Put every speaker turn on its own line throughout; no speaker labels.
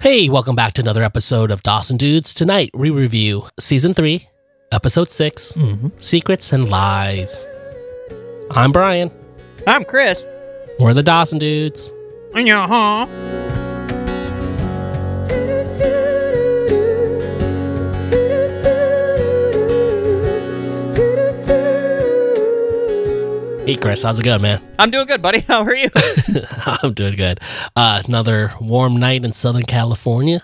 Hey, welcome back to another episode of Dawson Dudes. Tonight we review season three, episode 6 Secrets and Lies. I'm Brian.
I'm Chris.
We're the Dawson Dudes.
Yeah, huh?
Hey, Chris, how's it going, man?
I'm doing good, buddy. How are you?
I'm doing good. Uh, another warm night in Southern California.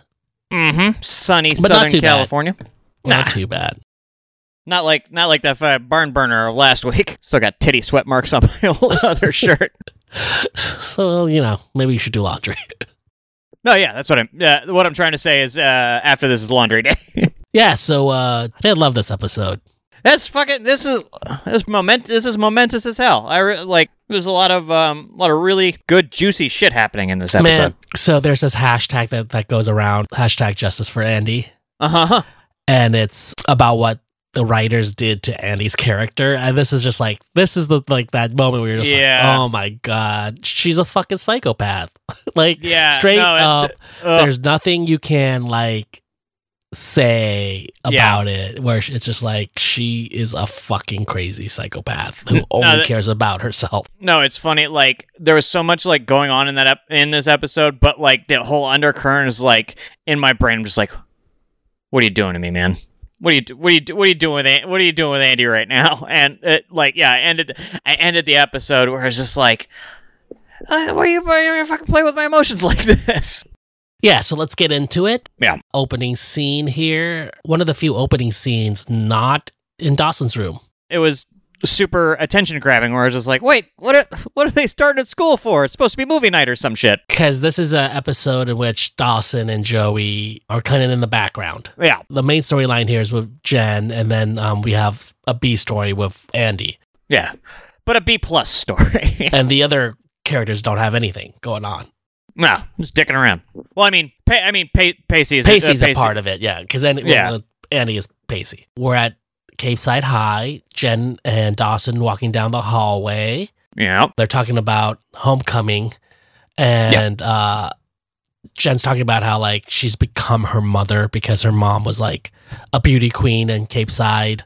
mm-hmm. Sunny
But not
Southern
too bad.
California.
Not too bad.
Not like not like that uh, barn burner of last week. Still got titty sweat marks on my old other shirt.
So, well, you know, maybe you should do laundry.
No, yeah, that's what I'm. Uh, what I'm trying to say is, uh, after this is laundry day.
yeah, so uh, I did love this episode.
that's fucking. This is this moment. This is momentous as hell. I re- like. There's a lot of um, a lot of really good juicy shit happening in this
Man,
episode.
so there's this hashtag that, that goes around hashtag justice for Andy.
Uh huh.
and it's about what the writers did to Andy's character. And this is just like this is the like that moment where you're just
Yeah.
like, oh my god, she's a fucking psychopath. like
Yeah.
straight
no, it-
up,
ugh.
there's nothing you can like say
Yeah.
about it where sh- it's just like she is a fucking crazy psychopath who only
that-
cares about herself.
No, it's funny. Like there was so much like going on in that ep- in this episode, but like the whole undercurrent is like in my brain. I'm just like, what are you doing to me, man? What are you do- what are you do- what are you doing with An- what are you doing with Andy right now? And it, like yeah, I ended I ended the episode where I was just like, uh, why are you why are you fucking playing with my emotions like this?
Yeah, so let's get into it.
Yeah.
Opening scene here. One of the few opening scenes not in Dawson's room.
It was super attention grabbing. Where I was just like, wait, what are what are they starting at school for? It's supposed to be movie night or some shit.
because this is an episode in which Dawson and Joey are kind of in the background.
Yeah,
The main storyline here is with Jen, and then um, we have a B story with Andy,
yeah, but a B plus story.
and the other characters don't have anything going on.
No, just dicking around. Well, I mean, pa- I mean, pa- Pacey is
Pacey's
uh,
a part of it, yeah, because Andy,
Yeah.
well, Andy is Pacey. We're at Cape Side High. Jen and Dawson walking down the hallway.
Yeah,
They're talking about homecoming, and uh, Jen's talking about how like she's become her mother because her mom was like a beauty queen in Cape Side.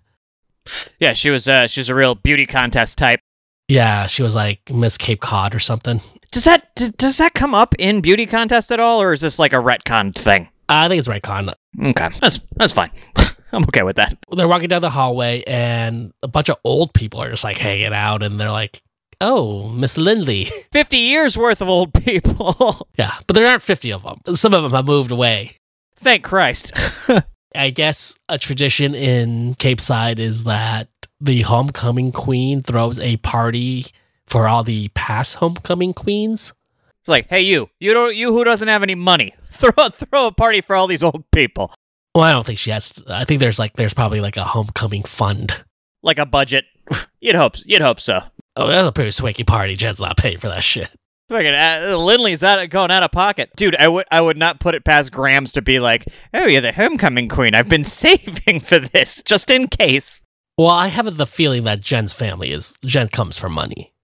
yeah. She was, uh, she was a real beauty contest type.
Yeah, she was like Miss Cape Cod or something.
Does that d- does that come up in beauty contest at all, or is this like a retcon thing?
I think it's retcon.
Okay, that's that's fine. I'm okay with that.
They're walking down the hallway, and a bunch of old people are just like hanging out, and they're like, "Oh, Miss Lindley."
Fifty years worth of old people.
yeah, but there aren't fifty of them. Some of them have moved away.
Thank Christ.
I guess a tradition in Cape Side is that the homecoming queen throws a party for all the past homecoming queens.
It's like, hey, you, you don't, you who doesn't have any money, throw throw a party for all these old people,
Well, I don't think she has. I think there's like there's probably like a homecoming fund.
like a budget. You'd hope, you'd hope so.
Oh, that's a pretty swanky party. Jen's not paying for that shit.
Fucking uh, Lindley's out going out of pocket, dude. I would I would not put it past Grams to be like, "Oh, you're the homecoming queen. I've been saving for this just in case."
Well, I have the feeling that Jen's family is Jen comes from money,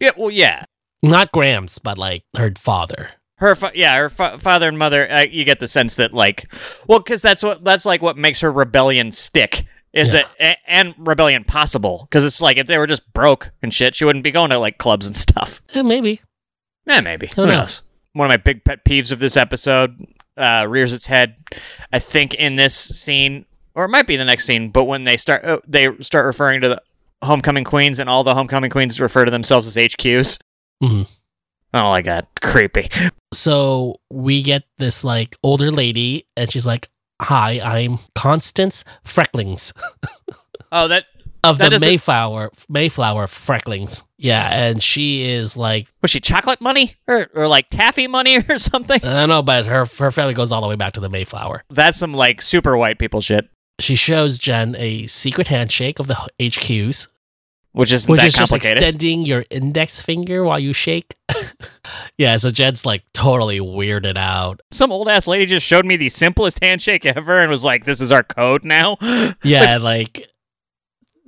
Yeah, well, yeah.
not Graham's, but like her father.
Her, fa- yeah, her fa- father and mother. Uh, you get the sense that like, well, because that's what that's like what makes her rebellion stick. Is
Yeah.
it a- and rebellion possible? Because it's like if they were just broke and shit, she wouldn't be going to like clubs and stuff.
Eh, maybe.
Yeah, Eh, maybe.
Who knows?
One of my big pet peeves of this episode uh, rears its head, I think, in this scene, or it might be the next scene. But when they start, uh, they start referring to the homecoming queens, and all the homecoming queens refer to themselves as HQs.
Mhm.
I don't like that. Creepy.
So we get this like older lady, and she's like, "Hi, I'm Constance Frecklings
Oh, that
of
That
the
doesn't-
Mayflower Mayflower Frecklings." Yeah, and she is like,
was she chocolate money or or like taffy money or something?
I don't know, but her her family goes all the way back to the Mayflower.
That's some like super white people shit,
She shows Jen a secret handshake of the HQs,
which isn't
Which
that
is just
complicated.
extending your index finger while you shake. yeah, so Jed's like totally weirded out.
some old ass lady just showed me the simplest handshake ever and was like, "This is our code now."
Yeah, like,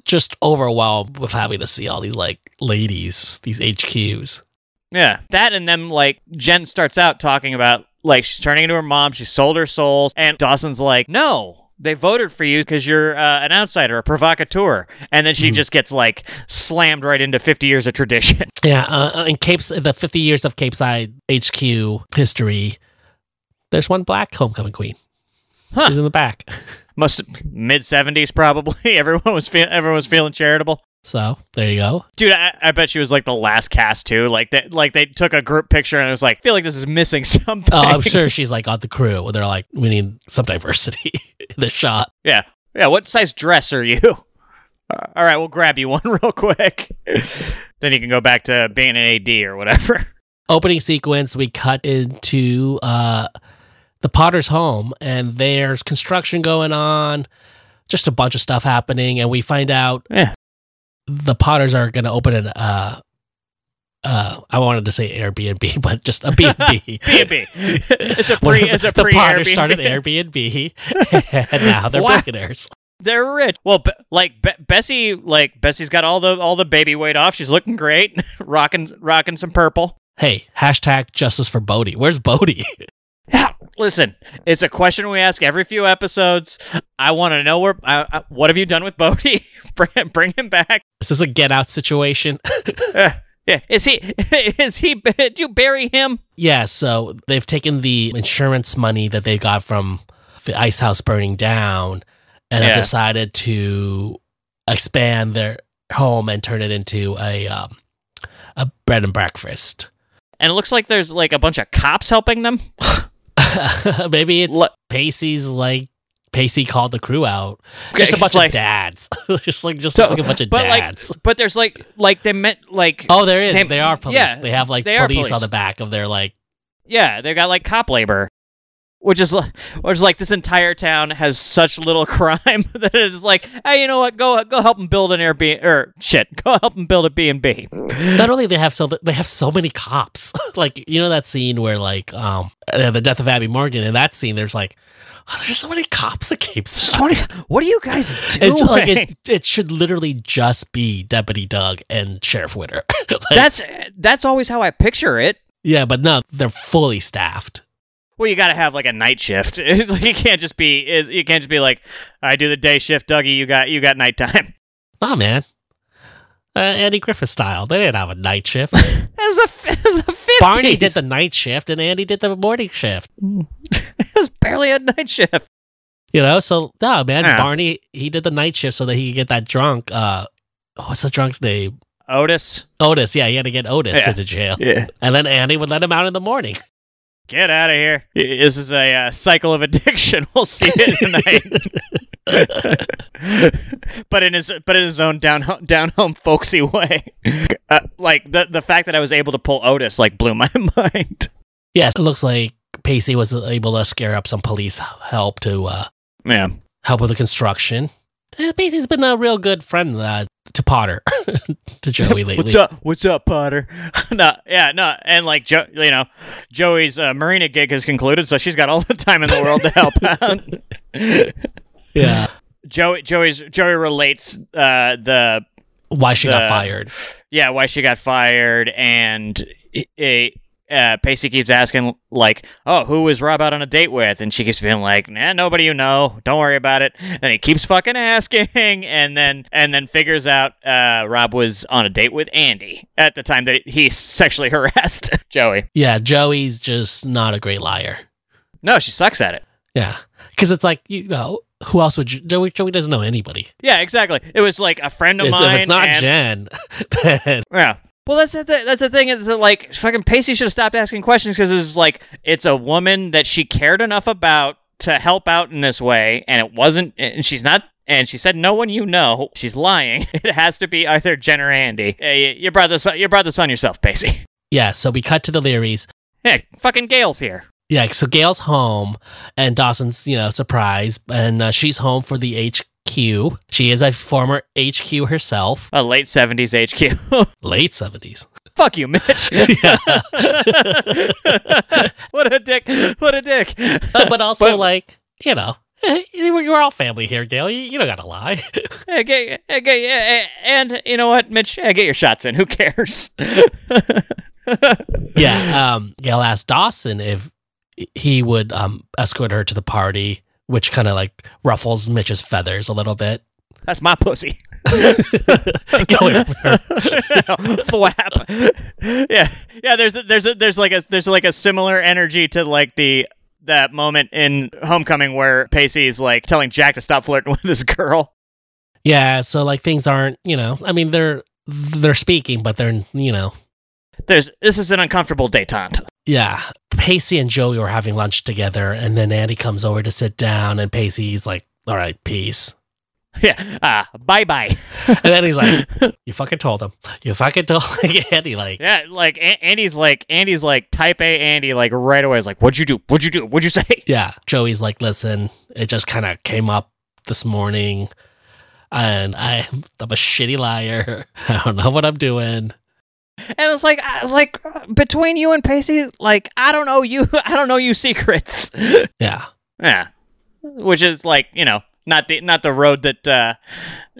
just overwhelmed with having to see all these like ladies, these HQs.
Yeah. That and them like Jen starts out talking about like she's turning into her mom. She sold her soul, and Dawson's like, no. They voted for you because you're uh, an outsider, a provocateur, and then she
Mm-hmm.
just gets like slammed right into 50 years of tradition.
Yeah, uh, in Capes, the 50 years of Cape Side HQ history, there's one black homecoming queen.
Huh.
She's in the back.
Must mid 70s probably. everyone was feel everyone was feeling charitable.
So there you go.
Dude, I, I bet she was like the last cast too. Like that, like they took a group picture and it was like, feel like this is missing something.
Oh, I'm sure she's like on the crew. They're like, we need some diversity in the shot.
Yeah, yeah. What size dress are you?
Uh,
All right, we'll grab you one real quick. then you can go back to being an AD or whatever.
Opening sequence, we cut into uh, the Potter's home, and there's construction going on, just a bunch of stuff happening, and we find out
Yeah.
the Potters are going to open an. Uh, uh, I wanted to say Airbnb, but just a B and B.
B and B. It's a
One
pre.
of the-
It's a
the
pre.
Potters
Airbnb.
started Airbnb, and now they're
Wow.
billionaires.
They're rich. Well, be- like Be- Bessie, like Bessie's got all the all the baby weight off. She's looking great, rocking rocking some purple.
Hey, hashtag justice for Bodie. Where's Bodie?
Yeah, Listen, it's a question we ask every few episodes. I want to know where. I, I, what have you done with Bodhi? bring, bring him back.
Is this a get out situation?
Uh, yeah, is he? Is he? Did you bury him?
Yeah, so they've taken the insurance money that they got from the ice house burning down and have
Yeah.
decided to expand their home and turn it into a um, a bread and breakfast.
And it looks like there's like a bunch of cops helping them.
Maybe it's
Look-
Pacey's like Pacey called the crew out. Just a
It's
bunch
like-
of dads. just like just
So-
like a bunch of
but like-
dads.
But there's like like they meant like
oh, there is. They,
they-
are police.
yeah,
they have like
they
police,
are
on
police.
the back of their like
yeah they got like cop labor. Which is, li- which is like this entire town has such little crime that it's like, hey, you know what? Go go help them build an Airbnb or shit. Go help them build a B and B.
not only they have so they have so many cops. like you know that scene where like um uh, the death of Abby Morgan. In that scene, there's like oh, there's so many cops that keep.
Tony, what are you guys doing?
It's like it, it should literally just be Deputy Doug and Sheriff Witter. Like,
that's that's always how I picture it.
yeah, but no, they're fully staffed.
Well, you got to have like a night shift. It's like you can't just be is you can't just be like I do the day shift, Dougie. You got you got nighttime.
Nah, man. Uh, Andy Griffith style. They didn't have a night shift.
As a as a 50s.
Barney did the night shift and Andy did the morning shift.
It's barely a night shift.
You know, so no, man.
Yeah.
Barney he did the night shift so that he could get that drunk. Uh, what's the drunk's name?
Otis,
Otis, yeah, he had to get Otis
Yeah.
into jail.
yeah,
And then Andy would let him out in the morning.
get out of here. Y- This is a uh, cycle of addiction. We'll see it tonight. but in his but in his own down ho- down home folksy way, uh, like the the fact that I was able to pull Otis like blew my mind.
Yes, it looks like Pacey was able to scare up some police help to uh,
Yeah.
help with the construction. Uh, Pacey's been a real good friend uh, to Potter, to Joey lately.
What's up? What's up, Potter? no, yeah, no, and like Joe, you know, Joey's uh, marina gig has concluded, so she's got all the time in the world to help out.
Yeah,
Joey, Joey's Joey relates uh, the
why she got
The-
fired.
yeah why she got fired, and it, uh, Pacey keeps asking like, oh, who was Rob out on a date with? And she keeps being like, nah, nobody you know. Don't worry about it. And he keeps fucking asking, and then and then figures out uh, Rob was on a date with Andy at the time that he sexually harassed Joey.
Yeah, Joey's just not a great liar.
No, she sucks at it.
Yeah, because it's like, you know, who else would you, Joey? Joey doesn't know anybody.
Yeah, exactly. It was like a friend of
It's-
mine.
if it's not
and-
Jen, then
yeah. Well, that's the th- that's the thing is that like fucking Pacey should have stopped asking questions because it's like it's a woman that she cared enough about to help out in this way, and it wasn't, and she's not. And she said, "No one you know." She's lying. It has to be either Jen or Andy. Hey, you brought this. You brought this on yourself, Pacey.
yeah. So we cut to the Learys.
Heck, fucking Gail's here.
Yeah, so Gail's home and Dawson's, you know, surprised, and uh, she's home for the HQ. She is a former HQ herself,
A late seventies HQ.
late 70s.
Fuck you, Mitch.
Yeah.
what a dick. What a dick.
Uh, but also,
But-
like, you know, we're, we're all family here, Gail. You, you don't gotta lie.
Hey, get, hey, get, yeah, eh, and you know what, Mitch? Hey, get your shots in. Who cares?
yeah, um, Gail asked Dawson if he would um, escort her to the party, which kind of like ruffles Mitch's feathers a little bit.
That's my pussy.
Get away from her.
Flap. Yeah, yeah. There's a, there's a, there's like a there's like a similar energy to like the that moment in Homecoming where Pacey's like telling Jack to stop flirting with this girl.
Yeah, so like things aren't, you know, I mean they're they're speaking, but they're you know,
There's this is an uncomfortable detente.
yeah. Pacey and Joey were having lunch together, and then Andy comes over to sit down, and Pacey's like, "All right, peace."
Yeah. Ah. bye bye.
And then he's like, "You fucking told him. You fucking told Andy." Like,
Yeah. Like a- Andy's like Andy's like type A Andy like right away is like what'd you do? What'd you do? What'd you say?
yeah, Joey's like, listen, it just kind of came up this morning, and I, I'm a shitty liar. I don't know what I'm doing.
And it's like I was like uh, between you and Pacey like I don't know you I don't know you secrets.
Yeah,
Yeah. Which is like, you know, not the not the road that uh,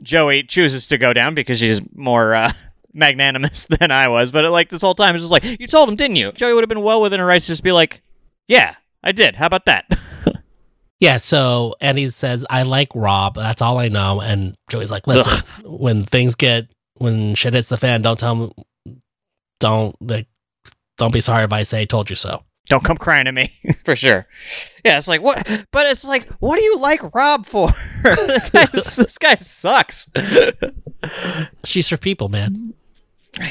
Joey chooses to go down because she's more uh, magnanimous than I was. But uh, like this whole time, it's just like you told him, didn't you? Joey would have been well within her rights to just be like, "Yeah, I did. How about that?"
yeah. So Andy says, I like Rob. That's all I know. And Joey's like, listen, when things get when shit hits the fan, don't tell me, don't like, don't be sorry if I say told you so.
Don't come crying to me for sure. Yeah, it's like what, but it's like what do you like Rob for? this, guy, this guy sucks.
She's for people, man.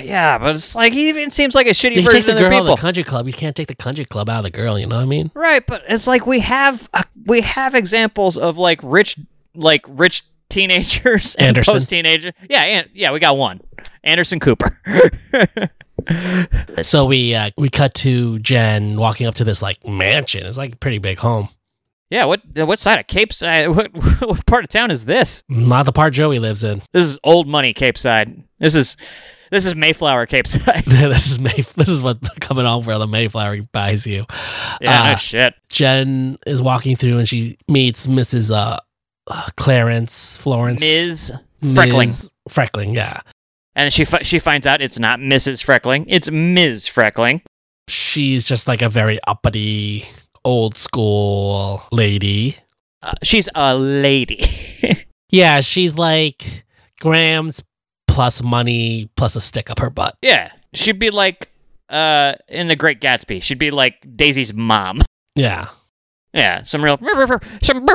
yeah, but it's like he even seems like a shitty
You can take
version
the
of the
girl out
people.
of the country club. You can't take the country club out of the girl. You know what I mean?
Right, but it's like we have uh, we have examples of like rich like rich teenagers and
Anderson.
post teenager. Yeah, and yeah, we got one. Anderson Cooper.
So we uh, we cut to Jen walking up to this like mansion. It's like a pretty big home.
yeah, what uh, what side of Cape Side? What, what part of town is this?
Not the part Joey lives in.
This is old money Cape Side. This is this is Mayflower Cape Side.
this is May. This is what coming home for the Mayflower buys you.
yeah,
Ah.
no shit.
Jen is walking through and she meets Mrs. Uh, uh, Clarence Florence
Ms.
Ms.
Freckling.
Freckling, yeah.
And she fi- she finds out it's not Mrs. Freckling, it's Ms. Freckling.
She's just like a very uppity, old school lady.
Uh, she's a lady.
Yeah, she's like grams plus money plus a stick up her butt.
Yeah, she'd be like uh in the Great Gatsby. She'd be like Daisy's mom.
Yeah.
Yeah, some real some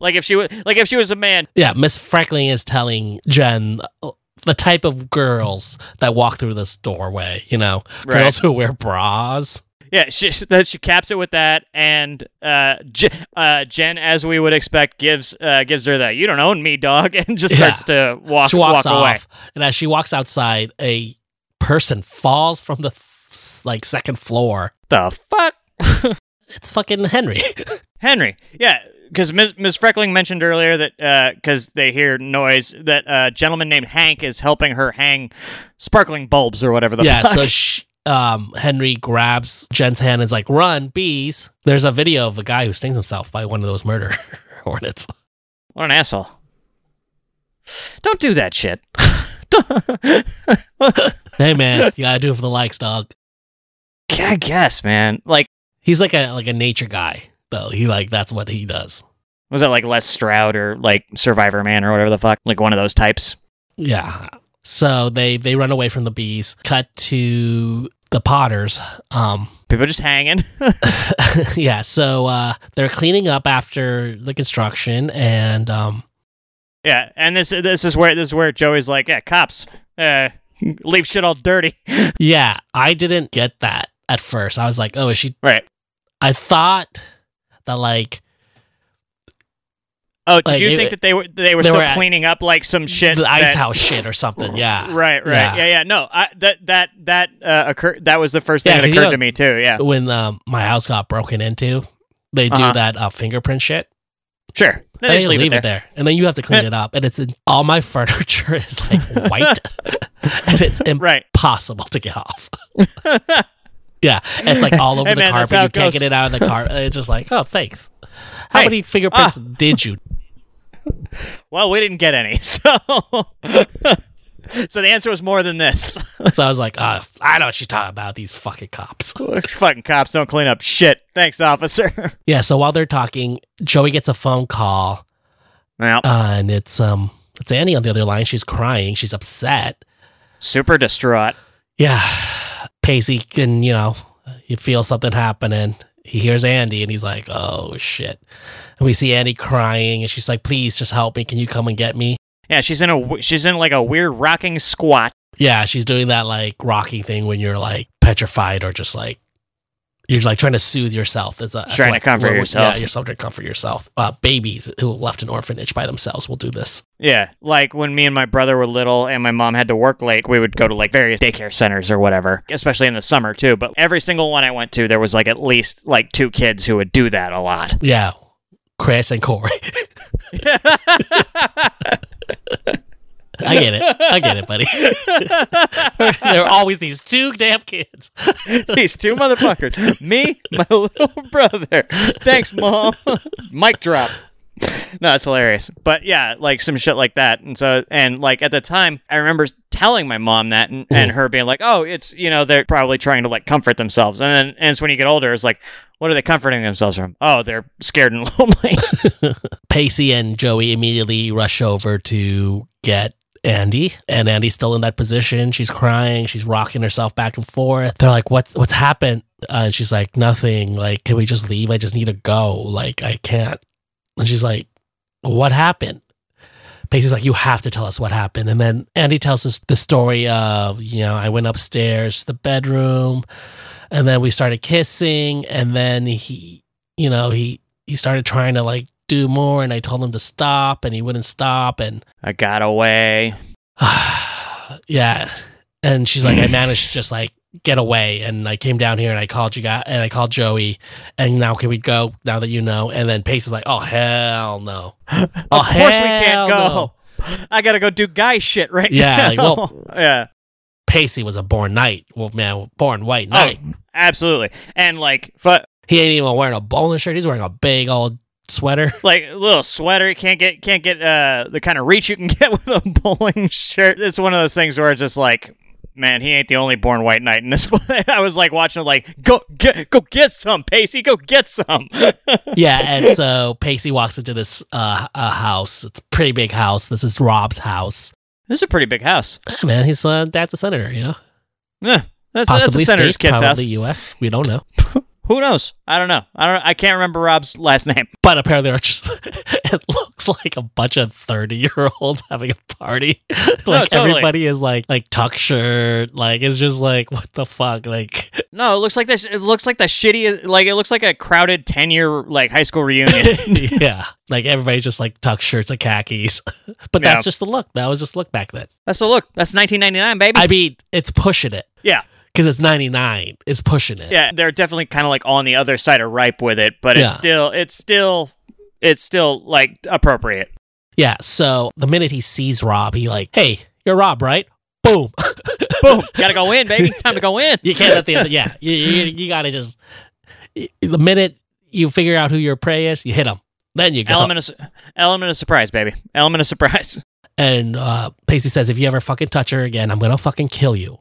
like if she was like if she was a man.
Yeah, Miss Freckling is telling Jen uh, the type of girls that walk through this doorway, you know,
Right.
girls who wear bras.
Yeah, she she- that she caps it with that, and uh, J- uh Jen, as we would expect, gives uh gives her that you don't own me, dog, and just
Yeah.
starts to walk
she walks
walk away.
off, and as she walks outside, a person falls from the f- like second floor.
The fuck,
It's fucking Henry.
Henry? Yeah. Because Ms. Ms. Freckling mentioned earlier that because they hear noise that a gentleman named Hank is helping her hang sparkling bulbs or whatever the
yeah,
fuck.
so sh um, Henry grabs Jen's hand and is like, "Run, bees!" There's a video of a guy who stings himself by one of those murder hornets.
What an asshole. Don't do that shit. I
Hey man, you gotta do it for the likes, dog.
guess, man. Like,
He's like a like a nature guy though. He like that's what he does.
was that like Les Stroud or like Survivor Man or whatever the fuck? Like one of those types.
Yeah. So they they run away from the bees. Cut to the Potters. Um,
People just hanging.
yeah, so uh, they're cleaning up after the construction, and um,
yeah, and this this is where this is where Joey's like, yeah, cops, uh, leave shit all dirty.
yeah, I didn't get that at first. I was like, oh, is she?
Right.
I thought that like
Oh, did
Like,
you
they-
think that they were they were
they
still
were at
cleaning up like some shit?
the ice
that-
house shit or something. Yeah,
Right, right,
Yeah.
yeah, yeah. No, I, that that that uh, occurred. That was the first thing
Yeah,
that
'cause you
occurred
know-
to me too. Yeah,
when um, my house got broken into, they do
Uh-huh.
that uh, fingerprint shit.
sure. Then
They
just leave, it there.
and then you have to clean it up, and it's in, all my furniture is like white, and it's
Right.
impossible to get off. Yeah, it's like all over
Hey,
the
man, that's
carpet.
how
You
it
can't
goes.
get it out of the car. It's just like, oh, thanks. How
Hey, ah.
many fingerprints did you?
Well, we didn't get any, so So the answer was more than this.
So I was like, uh, I know what she's talking about, these fucking cops.
Fucking cops don't clean up shit. Thanks, officer.
Yeah, so while they're talking, Joey gets a phone call,
Well,
uh, and it's um it's Annie on the other line. She's crying, she's upset.
super distraught.
Yeah. Pacey can, you know, he feels something happening. He hears Andy and he's like, Oh shit. And we see Annie crying and she's like, Please just help me. Can you come and get me?
Yeah, she's in a w- she's in like a weird rocking squat.
Yeah, she's doing that like rocking thing when you're like petrified or just like you're like trying to soothe yourself. That's, a, that's
Trying to
like,
comfort
where-
yourself.
Yeah, you're trying to comfort yourself. Uh, babies who left an orphanage by themselves will do this.
Yeah, like when me and my brother were little and my mom had to work late, we would go to like various daycare centers or whatever, especially in the summer too. But every single one I went to, there was like at least like two kids who would do that a lot.
Yeah, Chris and Corey. I get it. I get it, buddy. there are always these two damn kids.
These two motherfuckers, me, my little brother. Thanks, mom. Mic drop. No, it's hilarious. But yeah, like some shit like that. And so, and like at the time, I remember telling my mom that and,
Hmm.
and her being like, oh, it's, you know, they're probably trying to like comfort themselves. And then, and it's when you get older, it's like, what are they comforting themselves from? Oh, they're scared and lonely.
Pacey and Joey immediately rush over to get Andy, and Andy's still in that position. She's crying. She's rocking herself back and forth. They're like, "What? What's happened?" Uh, and she's like, "Nothing. Like, can we just leave? I just need to go. Like, I can't." And she's like, "What happened?" Pacey's like, "You have to tell us what happened." And then Andy tells us the story of, you know, I went upstairs to the bedroom, and then we started kissing, and then he, you know, he he started trying to like do more and I told him to stop and he wouldn't stop and
I got away.
yeah and she's like I managed to just like get away and I came down here and I called you guys and I called Joey and now can we go now that you know and then Pace is like oh hell no oh
of course we can't go. I got to go do guy shit right
Yeah,
now.
like, well-
yeah.
Pacey was a born knight well man born white knight
Oh, absolutely. And like, fu-
he ain't even wearing a bowling shirt he's wearing a big old sweater
like a little sweater. You can't get can't get uh the kind of reach you can get with a bowling shirt. It's one of those things where it's just like, man, he ain't the only born white knight in this. play. I was like watching it like go get go get some Pacey, go get some.
yeah, and so Pacey walks into this uh, uh house. It's a pretty big house. This is Rob's house.
this is a pretty big house.
Yeah, man, he's uh, dad's a senator, you know.
Yeah, that's that's
Possibly
the senator's
state,
kid's house.
probably U.S. We don't know,
Who knows? I don't know. I don't. I can't remember Rob's last name.
but apparently, there are just, it looks like a bunch of thirty-year-olds having a party. like
totally.
everybody is like like tuck shirt. Like it's just like what the fuck. Like
No, it looks like this. It looks like the shitty. Like it looks like a crowded ten year like high school reunion.
yeah, like everybody's just like tuck shirts and khakis. But
Yeah.
that's just the look. That was just the look back then.
that's the look. That's 1999, baby.
I mean, it's pushing it
yeah.
because it's ninety-nine. It's pushing it.
yeah they're definitely kind of like on the other side of ripe with it but
Yeah.
it's still it's still it's still like appropriate
Yeah, so the minute he sees Rob, he like, hey, you're Rob, right? Boom.
boom gotta go in baby time to go in
you can't let the other, yeah, you, you, you gotta just, y- the minute you figure out who your prey is, you hit him. Then you go.
element of su- element of surprise baby element of surprise
And uh, Pacey says, if you ever fucking touch her again, I'm gonna fucking kill you.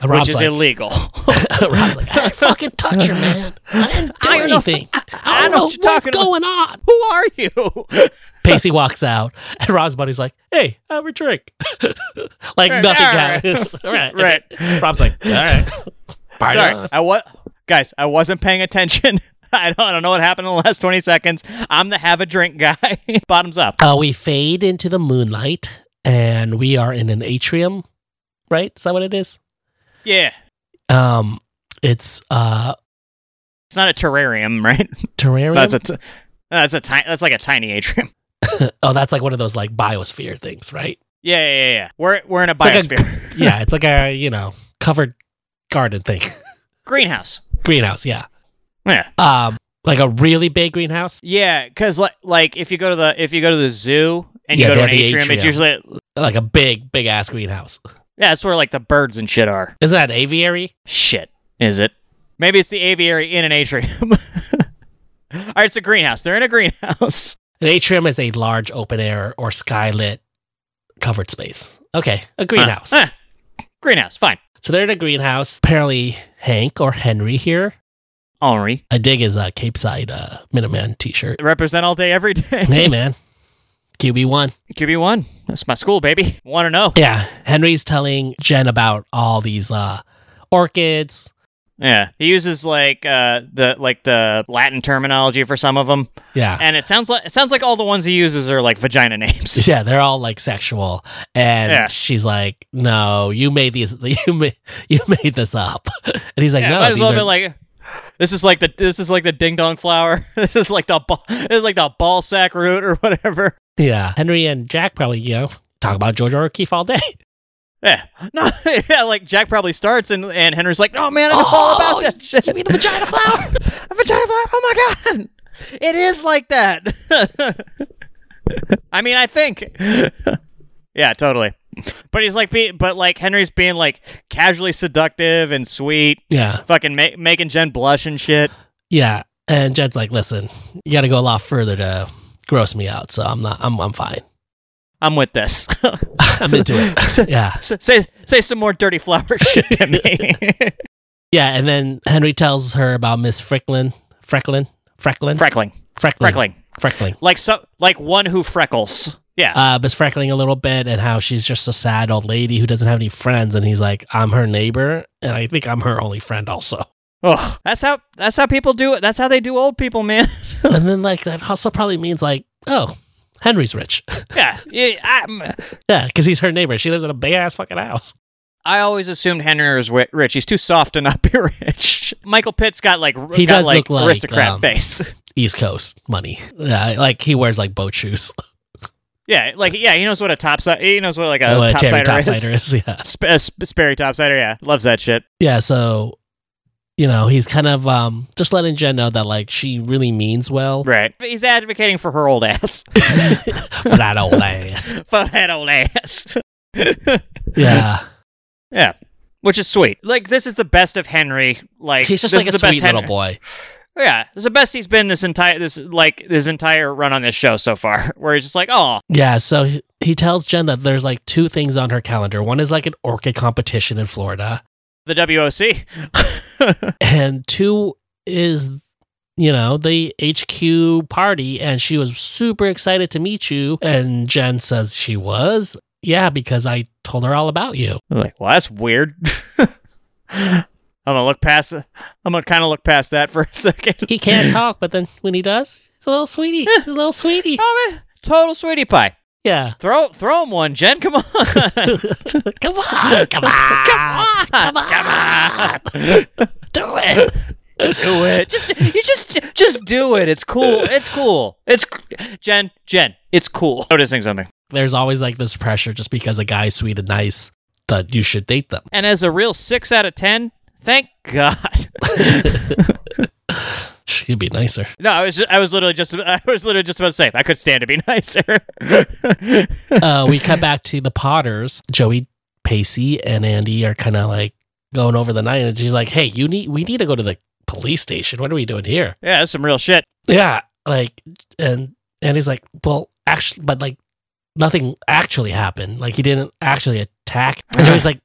And Rob's
which is
like,
illegal
Rob's like, I didn't fucking touch her, man. I didn't do
I don't know-
anything. I don't,
I don't know
know
what
what's
you're talking about."
going on.
who are you
Pacey walks out, and Rob's buddy's like, hey, have a drink. like
Right,
nothing
all right.
happened. right.
right
Rob's like, all right. Party
sorry
on.
i what guys i wasn't paying attention I don't, I don't know what happened in the last 20 seconds i'm the have a drink guy bottoms up
Uh, we fade into the moonlight and we are in an atrium, right? Is that what it is?
yeah
Um, it's uh
it's not a terrarium right
terrarium.
that's a t- that's a tiny that's like a tiny atrium
oh, that's like one of those like biosphere things, right?
Yeah, yeah, yeah, yeah. We're we're in a
like a
biosphere.
Yeah, it's like a you know covered garden thing,
greenhouse.
greenhouse. Yeah,
Yeah,
um, like a really big greenhouse,
yeah. Because like like if you go to the if you go to the zoo and
Yeah,
you go to an
they have the
atrium, it's usually
like a big big ass greenhouse.
yeah, that's where like the birds and shit are.
Is that an aviary?
Shit, is it? Maybe it's the aviary in an atrium. All right, it's a greenhouse. They're in a greenhouse.
An atrium is a large open air or skylit covered space. Okay, a greenhouse.
Huh. Huh. greenhouse, fine.
So they're in a greenhouse. Apparently, Hank or Henry here.
Henri.
I dig his uh, Cape Side uh, Minuteman t shirt.
Represent all day, every day.
hey, man. QB1.
QB1. That's my school, baby. oh. Want to know.
Yeah, Henry's telling Jen about all these uh, orchids.
Yeah. He uses like uh the like the Latin terminology for some of them.
Yeah.
And it sounds like it sounds like all the ones he uses are like vagina names.
Yeah, they're all like sexual, and
Yeah.
she's like, "No, you made these. You made you made this up." And he's like,
Yeah,
"No,
might as
these
well
are-
be like this is like the this is like the ding dong flower. this is like the ball this is like the ball sack root or whatever.
yeah." Henry and Jack probably you know talk about George O'Keefe all day.
Yeah. No yeah, like Jack probably starts and and Henry's like, Oh man, I know
Oh,
all about that shit.
You mean the vagina flower?
A vagina flower. Oh my god. It is like that. I mean, I think. yeah, totally. But he's like be- but like Henry's being like casually seductive and sweet,
yeah,
fucking ma- making Jen blush and shit.
yeah. And Jed's like, "Listen, you got to go a lot further to gross me out. So I'm not. I'm I'm fine.
I'm with this.
I'm into it. yeah,
S- say say some more dirty flower shit to me.
yeah." And then Henry tells her about Miss Fricklin, Frecklin, Frecklin,
freckling,
Frecklin,
freckling,
Frecklin.
like so, like one who freckles. Yeah.
uh, Miss Freckling a little bit and how she's just a sad old lady who doesn't have any friends. And he's like, I'm her neighbor, and I think I'm her only friend also.
Ugh. That's how that's how people do it. That's how they do old people, man.
and then, like, that also probably means, like, oh, Henry's rich.
yeah. yeah I'm,
yeah, because he's her neighbor. She lives in a big ass fucking house.
I always assumed Henry was wi- rich. He's too soft to not be rich. Michael Pitt's got like r-
He
got,
does
like,
look like,
aristocrat
um,
face.
East Coast money. Yeah, like, he wears, like, boat shoes.
Yeah, like yeah, he knows what a top side. He knows what like a
What
top
Uh, Terry
sider
Topsider
is.
is. Yeah.
Sp- a sp- Sperry top sider. Yeah, loves that shit.
Yeah, so. You know, he's kind of um, just letting Jen know that like she really means well
Right. He's advocating for her old ass.
for that old ass.
for that old ass.
Yeah,
yeah. Which is sweet. Like this is the best of Henry. Like
he's just
this
like a
is the best
sweet little
Henry-
boy.
Yeah, it's the best he's been this entire this like this entire run on this show so far. Where he's just like, oh,
Yeah, so he- he tells Jen that there's like two things on her calendar. One is like an orchid competition in Florida,
the WOC.
and two is, you know, the HQ party. And she was super excited to meet you. And Jen says she was. Yeah, because I told her all about you.
I'm like, well, that's weird. I'm gonna look past. I'm gonna kind of look past that for a second.
He can't talk, but then when he does, he's a little sweetie. He's a little sweetie.
Eh. Oh man, total sweetie pie.
Yeah.
Throw, throw him one, Jen. Come on,
come on, come on,
come on,
on. do it.
do it. Just, you just, just do it. It's cool. It's cool. It's c- Jen, Jen. It's cool. Noticing something.
There's always like this pressure just because a guy's sweet and nice that you should date them.
And as a real six out of ten, thank God.
She'd be nicer.
No, I was, ju- I was literally just, I was literally just about to say I could stand to be nicer.
Uh, we cut back to the Potters. Joey, Pacey, and Andy are kind of like going over the night, and she's like, "Hey, you need we need to go to the police station. What are we doing here?"
yeah, that's some real shit.
Yeah, like, and Andy's like, "Well, actually, but like, nothing actually happened. Like, he didn't actually attack." And Joey's like.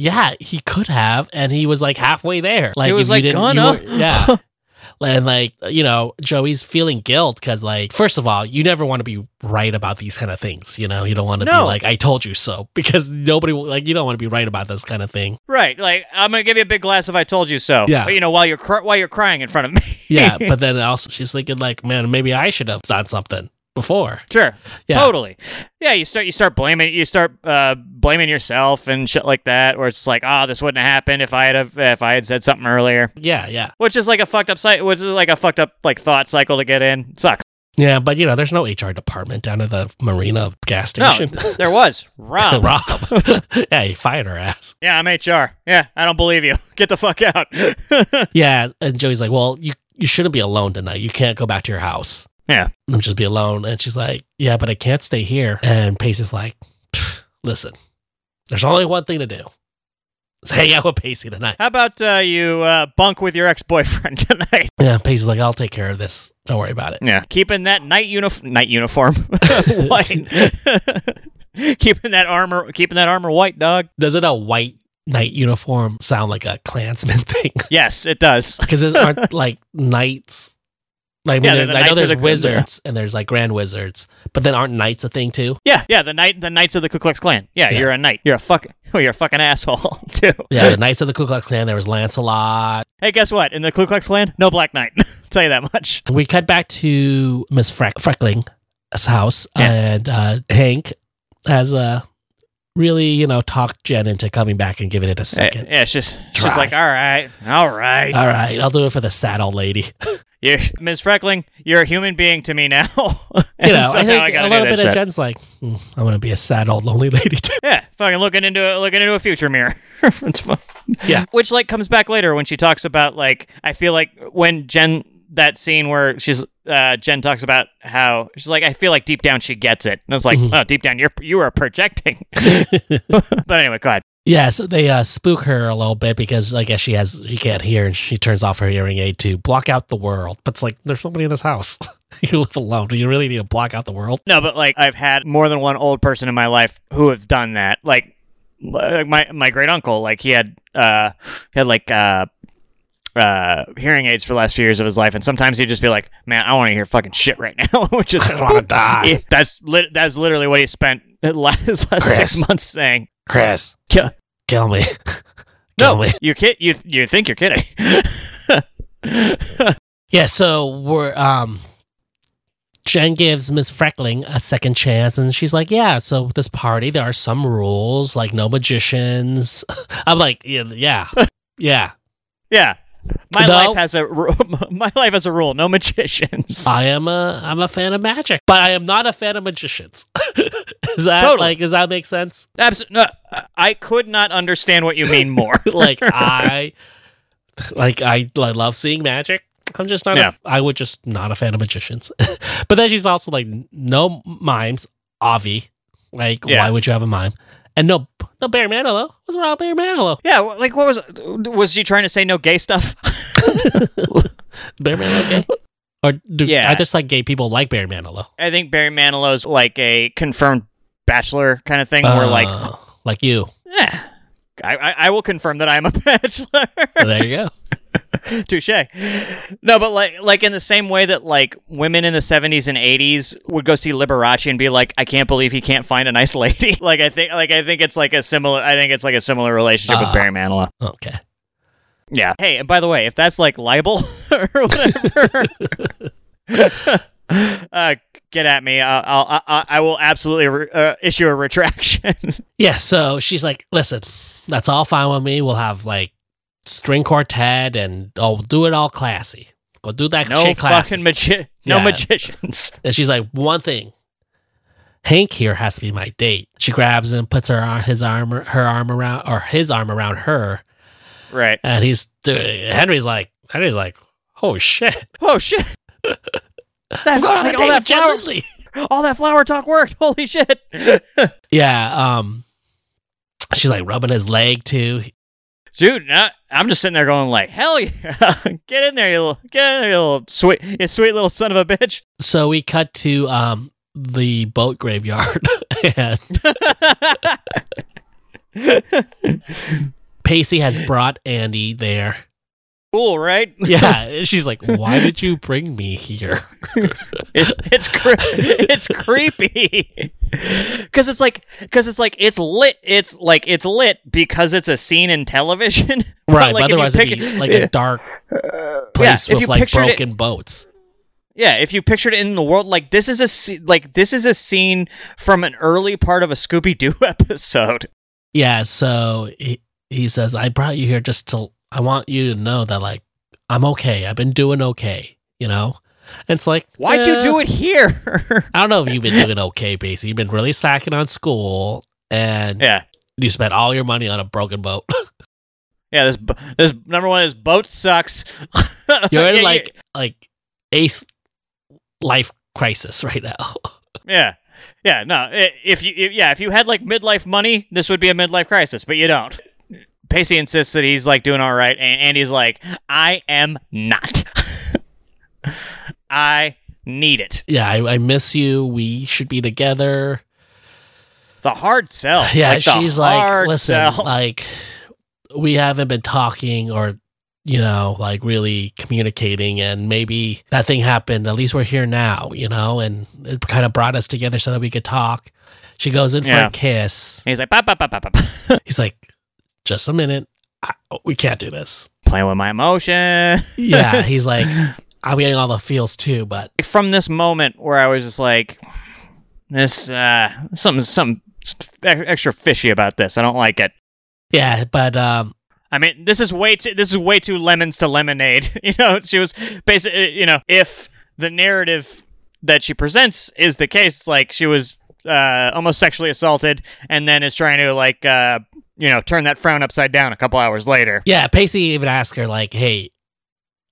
Yeah, he could have, and he was like halfway there. Like
it
if
was like
you didn't, you
gonna.
were- yeah, And like, you know, Joey's feeling guilt because like, first of all, you never want to be right about these kind of things. You know, you don't want to
No.
be like, I told you so, because nobody will like, you don't want to be right about this kind of thing.
Right, like I'm gonna give you a big glass if I told you so.
Yeah.
But you know, while you're cr- while you're crying in front of me.
Yeah. but then also she's thinking like, man, maybe I should have done something before.
Sure.
Yeah.
Totally. Yeah. You start you start blaming you start uh, blaming yourself and shit like that, where it's like, ah, this wouldn't have happened if I had have, if I had said something earlier.
Yeah. Yeah.
Which is like a fucked up site. Which is like a fucked up like thought cycle to get in. Sucks.
Yeah. But you know, there's no HR department down at the marina gas
No,
station.
there was Rob.
Rob. yeah. He fired her ass.
Yeah, I'm HR. Yeah, I don't believe you. Get the fuck out.
Yeah. And Joey's like, well, you, you shouldn't be alone tonight. You can't go back to your house.
yeah.
I'm just be alone. And she's like, Yeah, but I can't stay here. And Pacey's like, Listen, there's only one thing to do. Let's hang out with Pacey tonight.
How about uh, you uh, bunk with your ex boyfriend tonight?
Yeah, Pacey's like, I'll take care of this. Don't worry about it.
Yeah, keeping that night unif night uniform. White. keeping that armor, keeping that armor white, dog.
Doesn't a white knight uniform sound like a Klansman thing?
Yes, it does.
Because there's aren't like knights. Like, I, mean,
Yeah,
there-
the
I know
knights are
there's
the-
wizards and there's like grand wizards, but then aren't knights a thing too?
Yeah, yeah. The knight, the knights of the Ku Klux Klan. Yeah,
Yeah.
you're a knight. You're a fucking, well, you're a fucking asshole too.
Yeah, the knights of the Ku Klux Klan. There was Lancelot.
Hey, guess what? In the Ku Klux Klan, no black knight. Tell you that much.
We cut back to Miss Freck- Freckling's house,
Yeah.
and uh, Hank has uh, really, you know, talked Jen into coming back and giving it a second.
Yeah, it's just, it's
Try.
just like, all right, all right.
All right, I'll do it for the sad old lady.
you Ms. Freckling, you're a human being to me now.
You
And
know,
so
I
now
think
gotta
a
do
little
that
bit of
shit.
Jen's like, "Hmm, I want to be a sad old lonely lady too.
Yeah, fucking looking into a, looking into a future mirror. it's fun.
Yeah.
which like comes back later when she talks about like I feel like when Jen that scene where she's uh, Jen talks about how she's like I feel like deep down she gets it, and it's like
Mhm.
oh deep down you're you are projecting. but anyway, go ahead.
Yeah, so they uh, spook her a little bit because I guess she has she can't hear and she turns off her hearing aid to block out the world. But it's like there's nobody in this house. you live alone. Do you really need to block out the world?
No, but like I've had more than one old person in my life who have done that. Like, like my my great uncle, like he had uh he had like uh uh hearing aids for the last few years of his life, and sometimes he'd just be like, "Man, I want to hear fucking shit right now," which is
I don't want to
Yeah,
die,
that's lit that's literally what he spent his last, his last
Chris.
six months saying.
Chris.
Kill-
Kill me. Kill
No,
me.
you kid, you you think you're kidding?
Yeah, so we're um Jen gives Miss Freckling a second chance and she's like, Yeah, so with this party there are some rules, like no magicians. I'm like, Yeah, yeah. Yeah.
yeah, my
No.
life has a ru- my life has a rule: no magicians.
I am a I'm a fan of magic, but I am not a fan of magicians. is that
Totally.
like does that make sense?
Absolutely, no, I could not understand what you mean more.
like I like I, I love seeing magic. I'm just not
Yeah.
a, I would just not a fan of magicians. but then she's also like no mimes, Avi. Like
Yeah.
why would you have a mime? And no no Barry Manilow. What's wrong with Barry Manilow?
Yeah, wh- like what was was she trying to say? No gay stuff.
Barry Manilow gay? Or do
Yeah.
I just like gay people like Barry Manilow?
I think Barry Manilow's like a confirmed bachelor kind of thing, where like,
Uh, like you.
eh, I, I I will confirm that I am a bachelor.
There you go.
Touche. No, but like like in the same way that like women in the seventies and eighties would go see Liberace and be like, I can't believe he can't find a nice lady. like I think like I think it's like a similar. I think it's like a similar relationship
Ah.
with Barry Manilow.
Okay.
Yeah. Hey, and by the way, if that's like libel or whatever, uh, get at me. I'll, I'll, I, I will absolutely re- uh, issue a retraction.
Yeah, so she's like, listen, that's all fine with me. We'll have like string quartet and oh, we'll do it all classy. Go do that
no
shit classy.
fucking magi- no
Yeah.
magicians.
and she's like, one thing, Hank here has to be my date. She grabs him, puts her ar- his arm her arm around or his arm around her,
right.
and he's dude, Henry's like Henry's like, oh shit,
Oh shit. That,
I'm going on a
like,
date
all
with
that
Jen
flower,
Lindley.
all that flower talk worked. Holy shit.
Yeah, um, she's like rubbing his leg too.
Dude, nah, I'm just sitting there going like, hell yeah. get in there, you little, get in there, you little sweet, you sweet little son of a bitch.
So we cut to um the boat graveyard and Pacey has brought Andy there.
cool, right?
Yeah, she's like, "Why did you bring me here?"
It, it's cre- it's creepy because it's like because it's like it's lit. It's like it's lit because it's a scene in television. But,
Right, but
like, if you
otherwise it'd
pic-
be like
yeah,
a dark
yeah,
place
if you
with like
pictured it-
broken boats.
yeah, if you pictured it in the world, like this is a sce- like this is a scene from an early part of a Scooby Doo episode.
Yeah, so he, he says, "I brought you here just to. I want you to know that like I'm okay. I've been doing okay. You know." And it's like,
Why'd you
it?
do it here?
I don't know if you've been doing okay, Pacey. You've been really slacking on school, and
yeah,
you spent all your money on a broken boat.
yeah. This bo- this number one is boat sucks.
You're
Yeah,
in
you-
like like eighth life crisis right now.
Yeah. Yeah, no. i- If you if, yeah, if you had like midlife money, this would be a midlife crisis, but you don't. Pacey insists that he's like doing all right and Andy's like, "I am not. I need it."
yeah, I, I miss you. We should be together.
the hard sell.
Yeah,
Oh, the
she's like,
hard
listen,
sell."
like we haven't been talking or you know, like really communicating, and maybe that thing happened. At least we're here now, you know, and it kind of brought us together so that we could talk. She goes in for
Yeah.
a kiss.
And he's like, pop, pop, pop, pop, pop.
He's like, just a minute. I, we can't do this.
playing with my emotion.
Yeah. He's like, I'm getting all the feels too, but
from this moment where I was just like, this uh, something, some extra fishy about this. I don't like it.
yeah, but um,
I mean, this is way too this is way too lemons to lemonade. You know, she was basically, you know, if the narrative that she presents is the case, like she was uh, almost sexually assaulted, and then is trying to like, uh, you know, turn that frown upside down a couple hours later.
yeah, Pacey even asked her, like, hey,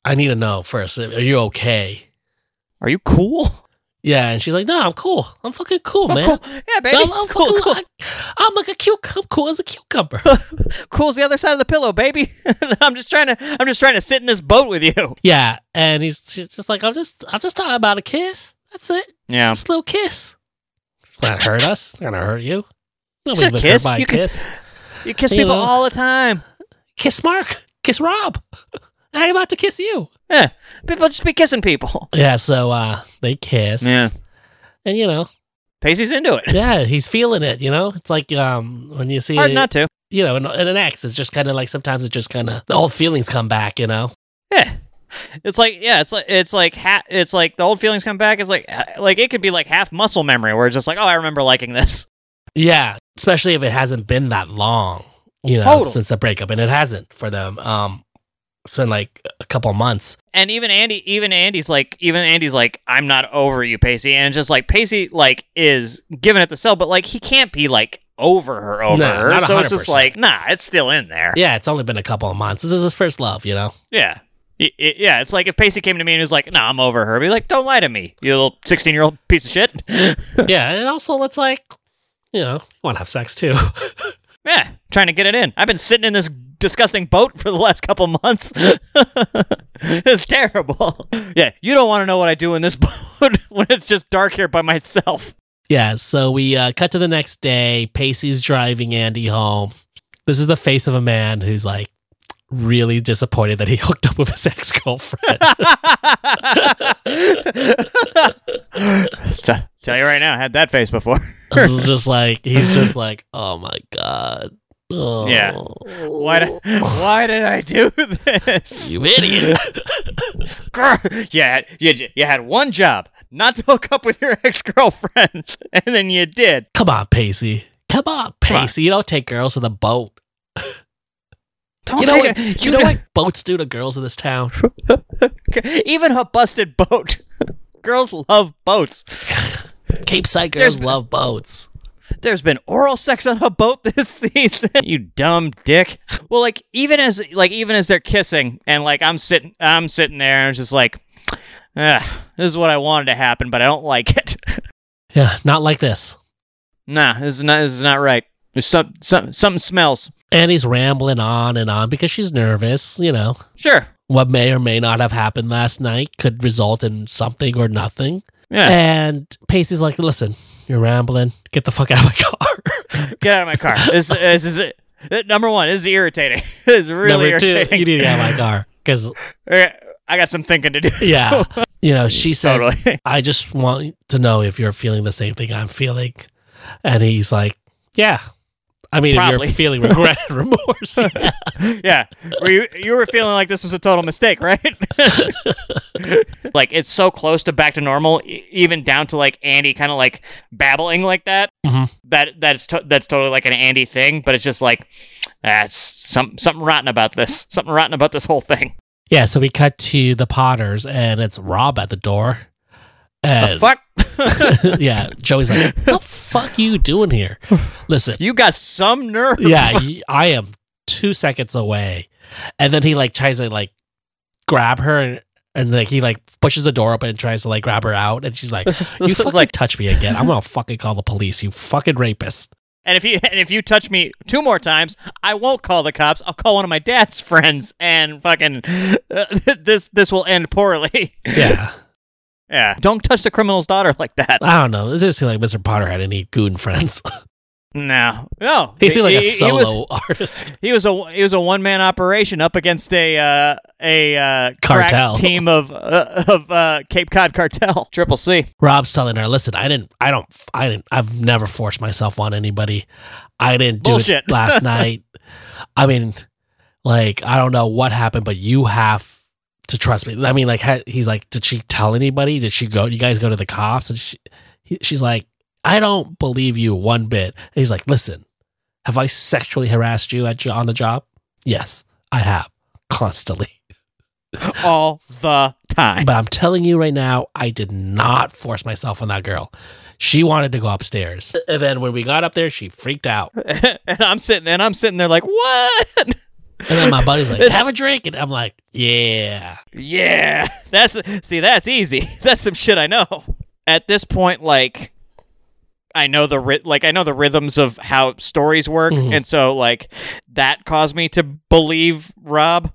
I need to know first. Are you okay?
Are you cool?
Yeah, and she's like, "No, I'm cool. I'm fucking cool,
I'm
man.
cool. Yeah, baby.
I'm, I'm
cool,
fucking,
cool.
I, am like a cucumber. I'm cool as a cucumber."
Cool's the other side of the pillow, baby. I'm just trying to. I'm just trying to sit in this boat with you.
yeah, and he's she's just like, "I'm just, I'm just talking about a kiss. That's it.
Yeah.
Just a little kiss. It's not gonna hurt us. It's not gonna hurt you. Nobody's
a
been
kiss.
hurt by a
You can-
kiss.
You kiss
You
people
know.
all the time.
Kiss Mark. Kiss Rob. I'm about to kiss you."
Yeah. People just be kissing people.
Yeah, so uh they kiss.
Yeah.
and you know,
Pacey's into it.
yeah, he's feeling it. You know, it's like um when you see
Hard
it-
not to.
you know, in, in an ex, it's just kind of like sometimes it just kind of the old feelings come back. You know.
Yeah. It's like yeah, it's like it's like ha- it's like the old feelings come back. It's like uh, like it could be like half muscle memory where it's just like, "Oh, I remember liking this."
Yeah, especially if it hasn't been that long, you know,
Totally.
since the breakup, and it hasn't for them. Um, it's been like a couple months.
And even Andy even Andy's like even Andy's like, "I'm not over you, Pacey." And it's just like Pacey like is giving it the sell, but like he can't be like over her over
No,
her.
not
So it's just
100%.
like, "Nah, it's still in there."
Yeah, it's only been a couple of months. This is his first love, you know.
Yeah. Y- y- yeah, it's like if Pacey came to me and was like, nah, I'm over her. I'd be like, don't lie to me, you little 16 year old piece of shit.
yeah, and also it's like, you know, you want to have sex too.
yeah, trying to get it in. I've been sitting in this disgusting boat for the last couple months. it's terrible. Yeah, you don't want to know what I do in this boat when it's just dark here by myself.
yeah, so we uh, cut to the next day. Pacey's driving Andy home. This is the face of a man who's like really disappointed that he hooked up with his ex girlfriend.
T- tell you right now, I had that face before.
this is just like he's just like, oh my god. Oh.
Yeah. Why, d- why did I do this?
You idiot.
Grr. you had you, j- you had one job, not to hook up with your ex girlfriend, and then you did.
Come on, Pacey. Come on,
Come on.
Pacey. You don't take girls to the boat.
Don't
you know
take
what?
it-
You know what boats do to girls in this town.
Even a busted boat. Girls love boats.
Cape Side
There's-
girls love boats.
There's been oral sex on a boat this season. You dumb dick. Well, like even as like even as they're kissing, and like I'm sitting I'm sitting there, and I'm just like, Ugh, this is what I wanted to happen, but I don't like it.
Yeah, not like this.
nah, this is not this is not right. There's some some something smells.
Annie's rambling on and on because she's nervous. You know
Sure.
what may or may not have happened last night could result in something or nothing.
Yeah.
And Pacey's like, "Listen, you're rambling. Get the fuck out of my car."
Get out of my car. This, this is it. Uh, Number one, this is irritating. This is really
Number
irritating.
two, you need to get out of my car because
Okay, I got some thinking to do.
yeah, you know she says,
Totally.
I just want to know if you're feeling the same thing I'm feeling. And he's like, Yeah. I mean, if
Probably.
you're feeling regret and remorse. Yeah.
yeah. Were you you were feeling like this was a total mistake, right? like it's so close to back to normal, e- even down to like Andy kind of like babbling like that.
Mhm.
That that's to- that's totally like an Andy thing, but it's just like that's some something rotten about this. Something rotten about this whole thing.
Yeah, so we cut to the Potters and it's Rob at the door.
The
And
fuck.
yeah, Joey's like, The fuck you doing here? Listen,
You got some nerve.
yeah, y- I am two seconds away. And then he like tries to like grab her and, and like he like pushes the door open and tries to like grab her out and she's like,
This,
You
this
fucking
is like
touch me again. I'm gonna fucking call the police, you fucking rapist.
And if you and if you touch me two more times, I won't call the cops. I'll call one of my dad's friends, and fucking uh, this this will end poorly.
Yeah.
yeah. Don't touch the criminal's daughter like that.
I don't know. It just seemed like Mr. Potter had any goon friends.
No, no.
He seemed like a
he
solo
was,
artist.
he was a he was a one man operation up against a uh, a uh, crack
Cartel.
team of uh, of uh, Cape Cod cartel. Triple C.
Rob's telling her, "Listen, I didn't, I don't, I didn't, I've never forced myself on anybody. I didn't do
Bullshit.
it last night. I mean, like, I don't know what happened, but you have to trust me. I mean, like, ha- he's like, did she tell anybody? Did she go? You guys go to the cops? And she, he, she's like, I don't believe you one bit. And he's like, listen, have I sexually harassed you at jo- on the job? Yes, I have constantly."
all the time.
But I'm telling you right now, I did not force myself on that girl. She wanted to go upstairs. And then when we got up there, she freaked out.
and I'm sitting and I'm sitting there like, what?
And then my buddy's like,
It's-
have a drink. And I'm like, yeah.
Yeah, that's see, that's easy. That's some shit I know. At this point, like, I know the ry- like I know the rhythms of how stories work,
Mhm.
and so like that caused me to believe Rob.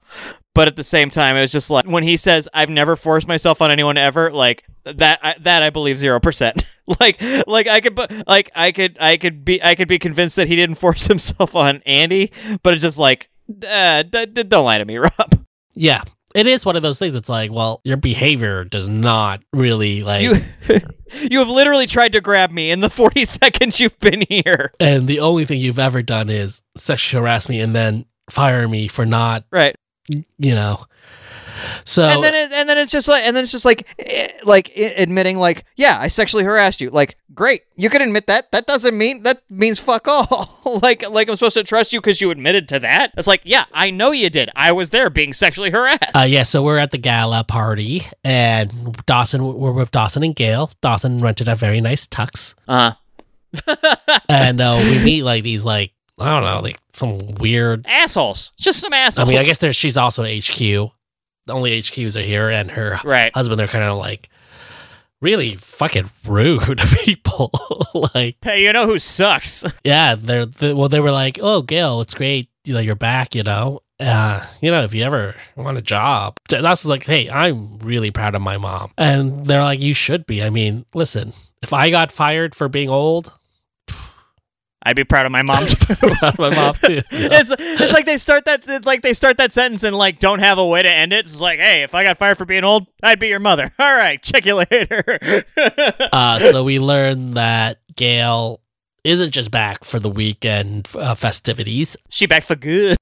But at the same time, it was just like when he says, "I've never forced myself on anyone ever," like that I, that I believe zero percent. like like I could bu- like I could I could be I could be convinced that he didn't force himself on Andy, but it's just like. Uh, d- d- don't lie to me, Rob.
Yeah. It is one of those things. It's like, well, your behavior does not really like.
You, you have literally tried to grab me in the 40 seconds you've been here.
and the only thing you've ever done is sexually harass me and then fire me for not,
Right.
you know. So
and then it, and then it's just like and then it's just like eh, like eh, admitting like, yeah, I sexually harassed you. Like, great. You can admit that. That doesn't mean that means fuck all. like like I'm supposed to trust you cuz you admitted to that. It's like, yeah, I know you did. I was there being sexually harassed.
Uh, yeah, so we're at the gala party, and Dawson, we're with Dawson and Gail. Dawson rented a very nice tux,
Uh-huh.
and uh, we meet like these like I don't know, like some weird.
Assholes. It's Just some
I
assholes.
mean, I guess there's she's also HQ. The only HQs are here, and her
right.
husband. They're kind of like really fucking rude people. like,
Hey, you know who sucks?
yeah, they're they, well, they were like, oh, Gail, it's great, you know, you're back, you know. Uh, you know, if you ever want a job, Dawson's like, hey, I'm really proud of my mom. And they're like, you should be. I mean, listen, if I got fired for being old,
I'd be proud of my mom.
proud of my mom too. you know?
it's it's like they start that it's like they start that sentence and like don't have a way to end it. It's like, hey, if I got fired for being old, I'd be your mother. All right, check you later.
Uh, so we learn that Gail isn't just back for the weekend uh, festivities.
she back for good.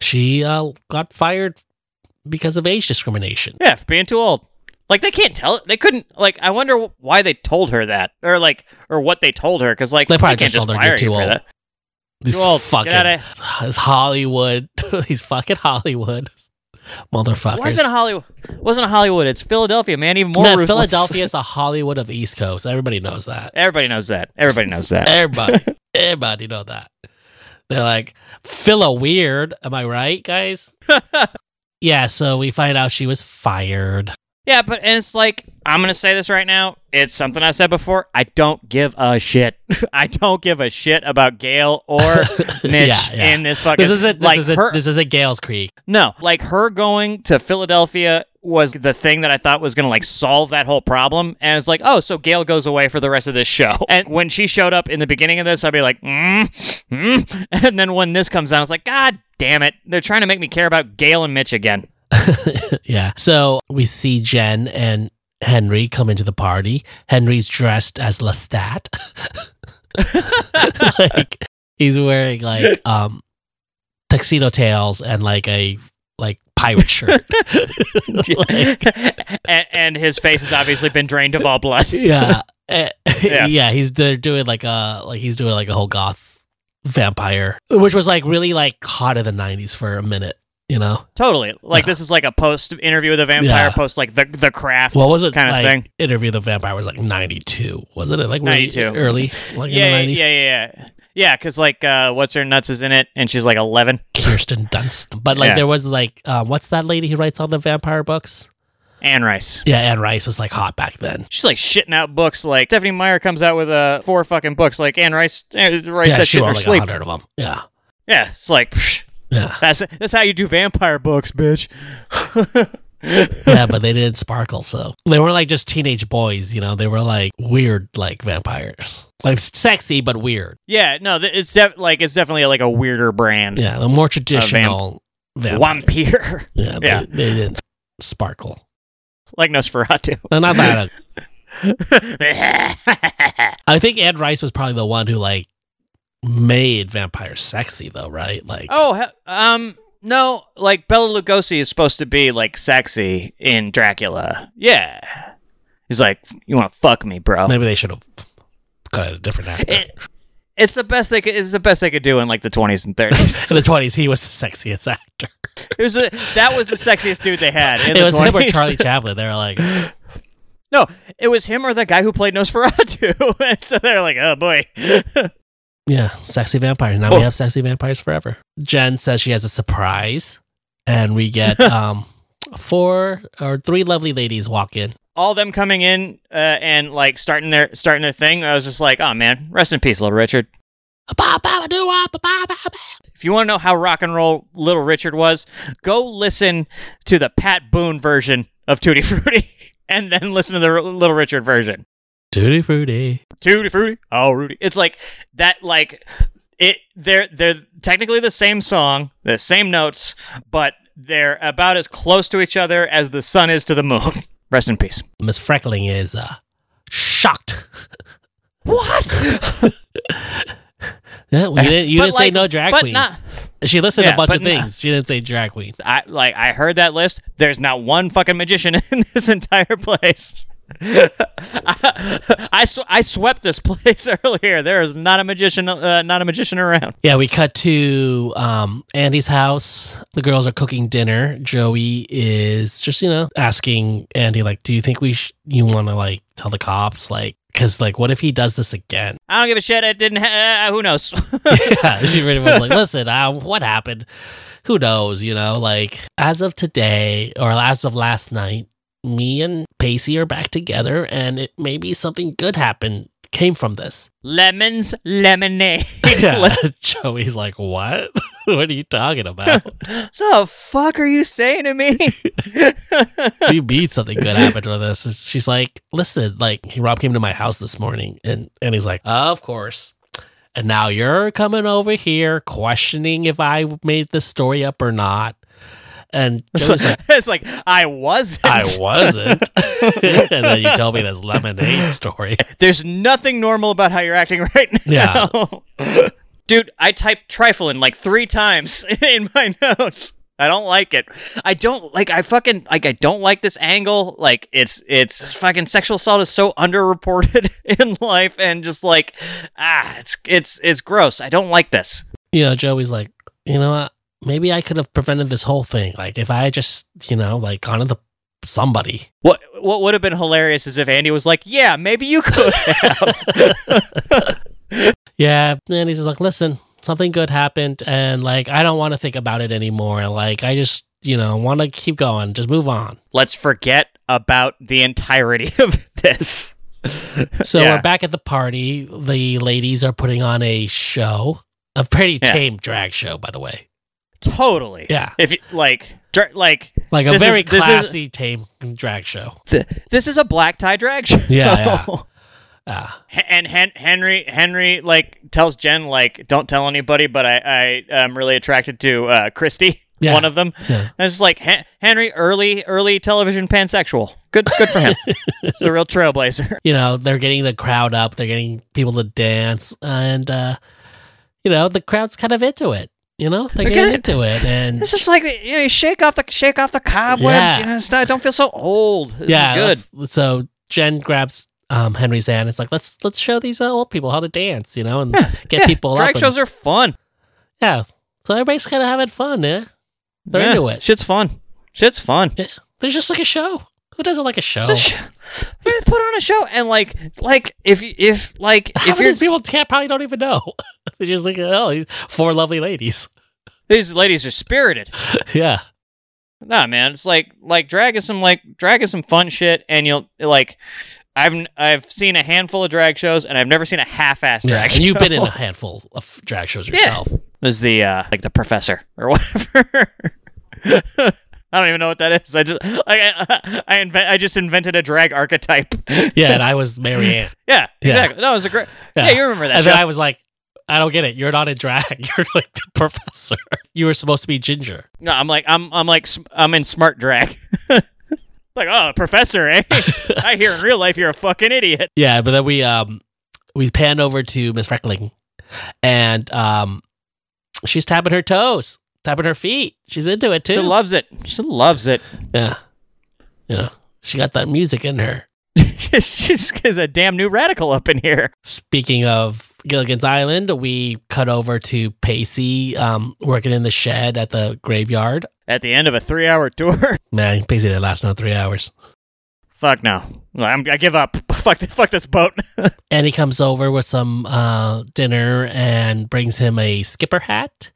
She uh, got fired because of age discrimination.
Yeah, for being too old. Like they can't tell. They couldn't. Like I wonder wh- why they told her that, or like, or what they told her, because like
They probably
can't
just told her,
fire
"You're too
you for
old."
that.
These
Too old. Get
fucking
outta-
It's Hollywood. He's fucking Hollywood. Motherfuckers.
Wasn't Hollywood? Wasn't Hollywood? It's Philadelphia, man. Even more.
No,
ruthless.
Philadelphia is the Hollywood of the East Coast. Everybody knows that.
Everybody knows that. Everybody knows that.
Everybody. everybody know that. They're like, Phila weird. Am I right, guys? yeah, so we find out she was fired.
yeah, but and it's like I'm gonna say this right now. It's something I've said before. I don't give a shit. I don't give a shit about Gail or Mitch
Yeah, yeah.
in this fucking.
This isn't this
like
isn't
her.
this isn't Gales Creek.
no, like her going to Philadelphia was the thing that I thought was gonna like solve that whole problem. And it's like, oh, so Gail goes away for the rest of this show. And when she showed up in the beginning of this, I'd be like, mm, mm. And then when this comes out, I was like, God damn it! They're trying to make me care about Gail and Mitch again.
yeah. So we see Jen and Henry come into the party. Henry's dressed as Lestat. like he's wearing like um tuxedo tails and like a like pirate shirt. Like,
and, and his face has obviously been drained of all blood.
yeah. Eh,
Yeah.
yeah. he's they're doing like a like he's doing like a whole goth vampire, which was like really like hot in the 90s for a minute, you know.
Totally. Like
Yeah.
this is like a post interview with a vampire
Yeah.
post like the the craft.
What was it
Kinda
like,
thing.
Interview with the Vampire was like 92, wasn't it? Like really
92.
early like
yeah,
in the 90s.
yeah, yeah, yeah. Yeah, cuz like uh what's her nuts is in it and she's like 11.
Kirsten Dunst. But like
Yeah.
there was like um, what's that lady who writes all the vampire books?
Anne Rice.
Yeah, Anne Rice was like hot back then.
She's like shitting out books like Stephanie Meyer comes out with uh four fucking books like Anne Rice eh, writes
yeah,
that
she
shit in her
wrote like a
sleep.
hundred of them. Yeah.
Yeah, it's like psh,
Yeah.
that's that's how you do vampire books, bitch.
yeah, but they didn't sparkle, so they were like just teenage boys, you know. They were like weird, like vampires, like sexy but weird.
yeah, no, th- it's def- like it's definitely like a weirder brand.
Yeah, the more traditional vampire.
Vampire,
Yeah, they,
Yeah.
they didn't sparkle.
like Nosferatu.
No, not that.
yeah,
I think Ed Rice was probably the one who like made vampires sexy, though, right? Like,
Oh, he- um, no, like Bella Lugosi is supposed to be like sexy in Dracula. Yeah, he's like, you want to fuck me, bro?
maybe they should have got a different actor.
It- it's the best they could. It's the best they could do in like the twenties and thirties.
in the twenties, he was the sexiest actor.
it was a, that was the sexiest dude they had. in
it
the
was him or
20s.
Charlie Chaplin. They were like,
No, it was him or the guy who played Nosferatu. and so they're like, oh boy.
"Yeah, sexy vampires." Now
Oh.
we have sexy vampires forever. Jen says she has a surprise, and we get um four or three lovely ladies walk in.
All them coming in uh, and like starting their starting their thing. I was just like, oh man, rest in peace, Little Richard. If you want to know how rock and roll Little Richard was, go listen to the Pat Boone version of Tutti Frutti, and then listen to the R- Little Richard version.
Tutti frutti.
Tutti Frutti, oh Rudy. It's like that, like it. They're they're technically the same song, the same notes, but they're about as close to each other as the sun is to the moon. Rest in peace.
Miss Freckling is uh, shocked.
What?
Yeah, well, you didn't, you
But
didn't say
like-
no drag
but
queens.
not-
she listed
Yeah,
a bunch
but
of
not-
things. she didn't say drag queen.
I like I heard that list. There's not one fucking magician in this entire place. I, I, sw- I swept this place earlier. There is not a magician, uh, not a magician around.
Yeah, we cut to um, Andy's house. The girls are cooking dinner. Joey is just you know asking Andy like, "Do you think we sh- you want to like tell the cops like?" Because like, what if he does this again?
I don't give a shit. I didn't. Ha- uh, who knows?
yeah, she pretty much like, listen, uh, what happened? Who knows? You know, like as of today or as of last night, me and Pacey are back together, and it maybe something good happened came from this.
Lemons, lemonade.
Yeah.
What
Joey's like, what? what are you talking about?
the fuck are you saying to me?
we beat something good happened with this. And She's like, listen, like he- Rob came to my house this morning, and and he's like, of course. And now you're coming over here questioning if I made this story up or not. And Joey's like,
it's like I wasn't.
I wasn't. and then you tell me this lemonade story.
There's nothing normal about how you're acting right
Yeah.
now. Dude, I typed trifling like three times in my notes. I don't like it. I don't like I fucking like I don't like this angle. Like it's it's fucking sexual assault is so underreported in life and just like ah it's it's it's gross. I don't like this.
You know, Joey's like, you know what? Maybe I could have prevented this whole thing. Like if I had just, you know, like gone to the somebody.
What what would have been hilarious is if Andy was like, "Yeah, maybe you could have."
Yeah, and he's just like, listen, something good happened, and like I don't want to think about it anymore. Like I just, you know, want to keep going, just move on.
Let's forget about the entirety of this.
So
Yeah.
we're back at the party. The ladies are putting on a show, a pretty
Yeah.
tame drag show, by the way.
Totally.
Yeah.
If you like, dr- like
Like a
This is-
very
this is-
classy, tame drag show.
th- this is a black tie drag show.
Yeah, Uh,
H- and Hen- Henry Henry like tells Jen like don't tell anybody, but I I am really attracted to uh, Christy,
Yeah.
one of them.
yeah.
And it's just like Hen- Henry early early television pansexual. Good good for him. He's a real trailblazer.
you know they're getting the crowd up they're getting people to dance and uh you know the crowd's kind of into it you know they're
They're
getting
good.
into it and
It's just like you know, you shake off the shake off the cobwebs.
Yeah.
You know, start, don't feel so old. This
yeah
is good.
let's- so jen grabs um henry's hand it's like let's let's show these uh, old people how to dance you know and get
Yeah,
people
drag
up
shows are fun.
and, yeah so everybody's kind of having fun yeah they're
yeah.
into it
Shit's fun. Shit's fun.
there's just like a show who doesn't like a show
It's a sh- Man, put on a show and like like if if like
Half
if
of
you're
these people can't, probably don't even know they're just like oh these four lovely ladies
these ladies are spirited.
yeah
Nah, man, it's like like drag is some like drag is some fun shit, and you'll like I've n- I've seen a handful of drag shows, and I've never seen a half-ass
yeah
drag
and
show.
you've been in a handful of drag shows yourself
It was the uh, like the professor or whatever. I don't even know what that is. I just I I, I, invent, I just invented a drag archetype.
Yeah, and I was Mary Ann.
yeah,
Yeah.
exactly. No, it was a great. Yeah,
Yeah.
you remember that
And
show?
then I was like, I don't get it. You're not a drag. You're like the professor. You were supposed to be Ginger.
no, I'm like I'm I'm like sm- I'm in smart drag. like oh, professor, eh? I hear in real life you're a fucking idiot.
Yeah, but then we um we pan over to Miss Freckling, and um she's tapping her toes, tapping her feet. She's into it too.
She loves it. She loves it.
yeah, you know she got that music in her.
She's is a damn new radical up in here.
Speaking of Gilligan's Island, we cut over to Pacey um, working in the shed at the graveyard.
At the end of a three-hour tour.
Man, Pacey didn't last no three hours.
Fuck no. I'm, I give up. Fuck, th- fuck this boat.
And he comes over with some uh, dinner and brings him a skipper hat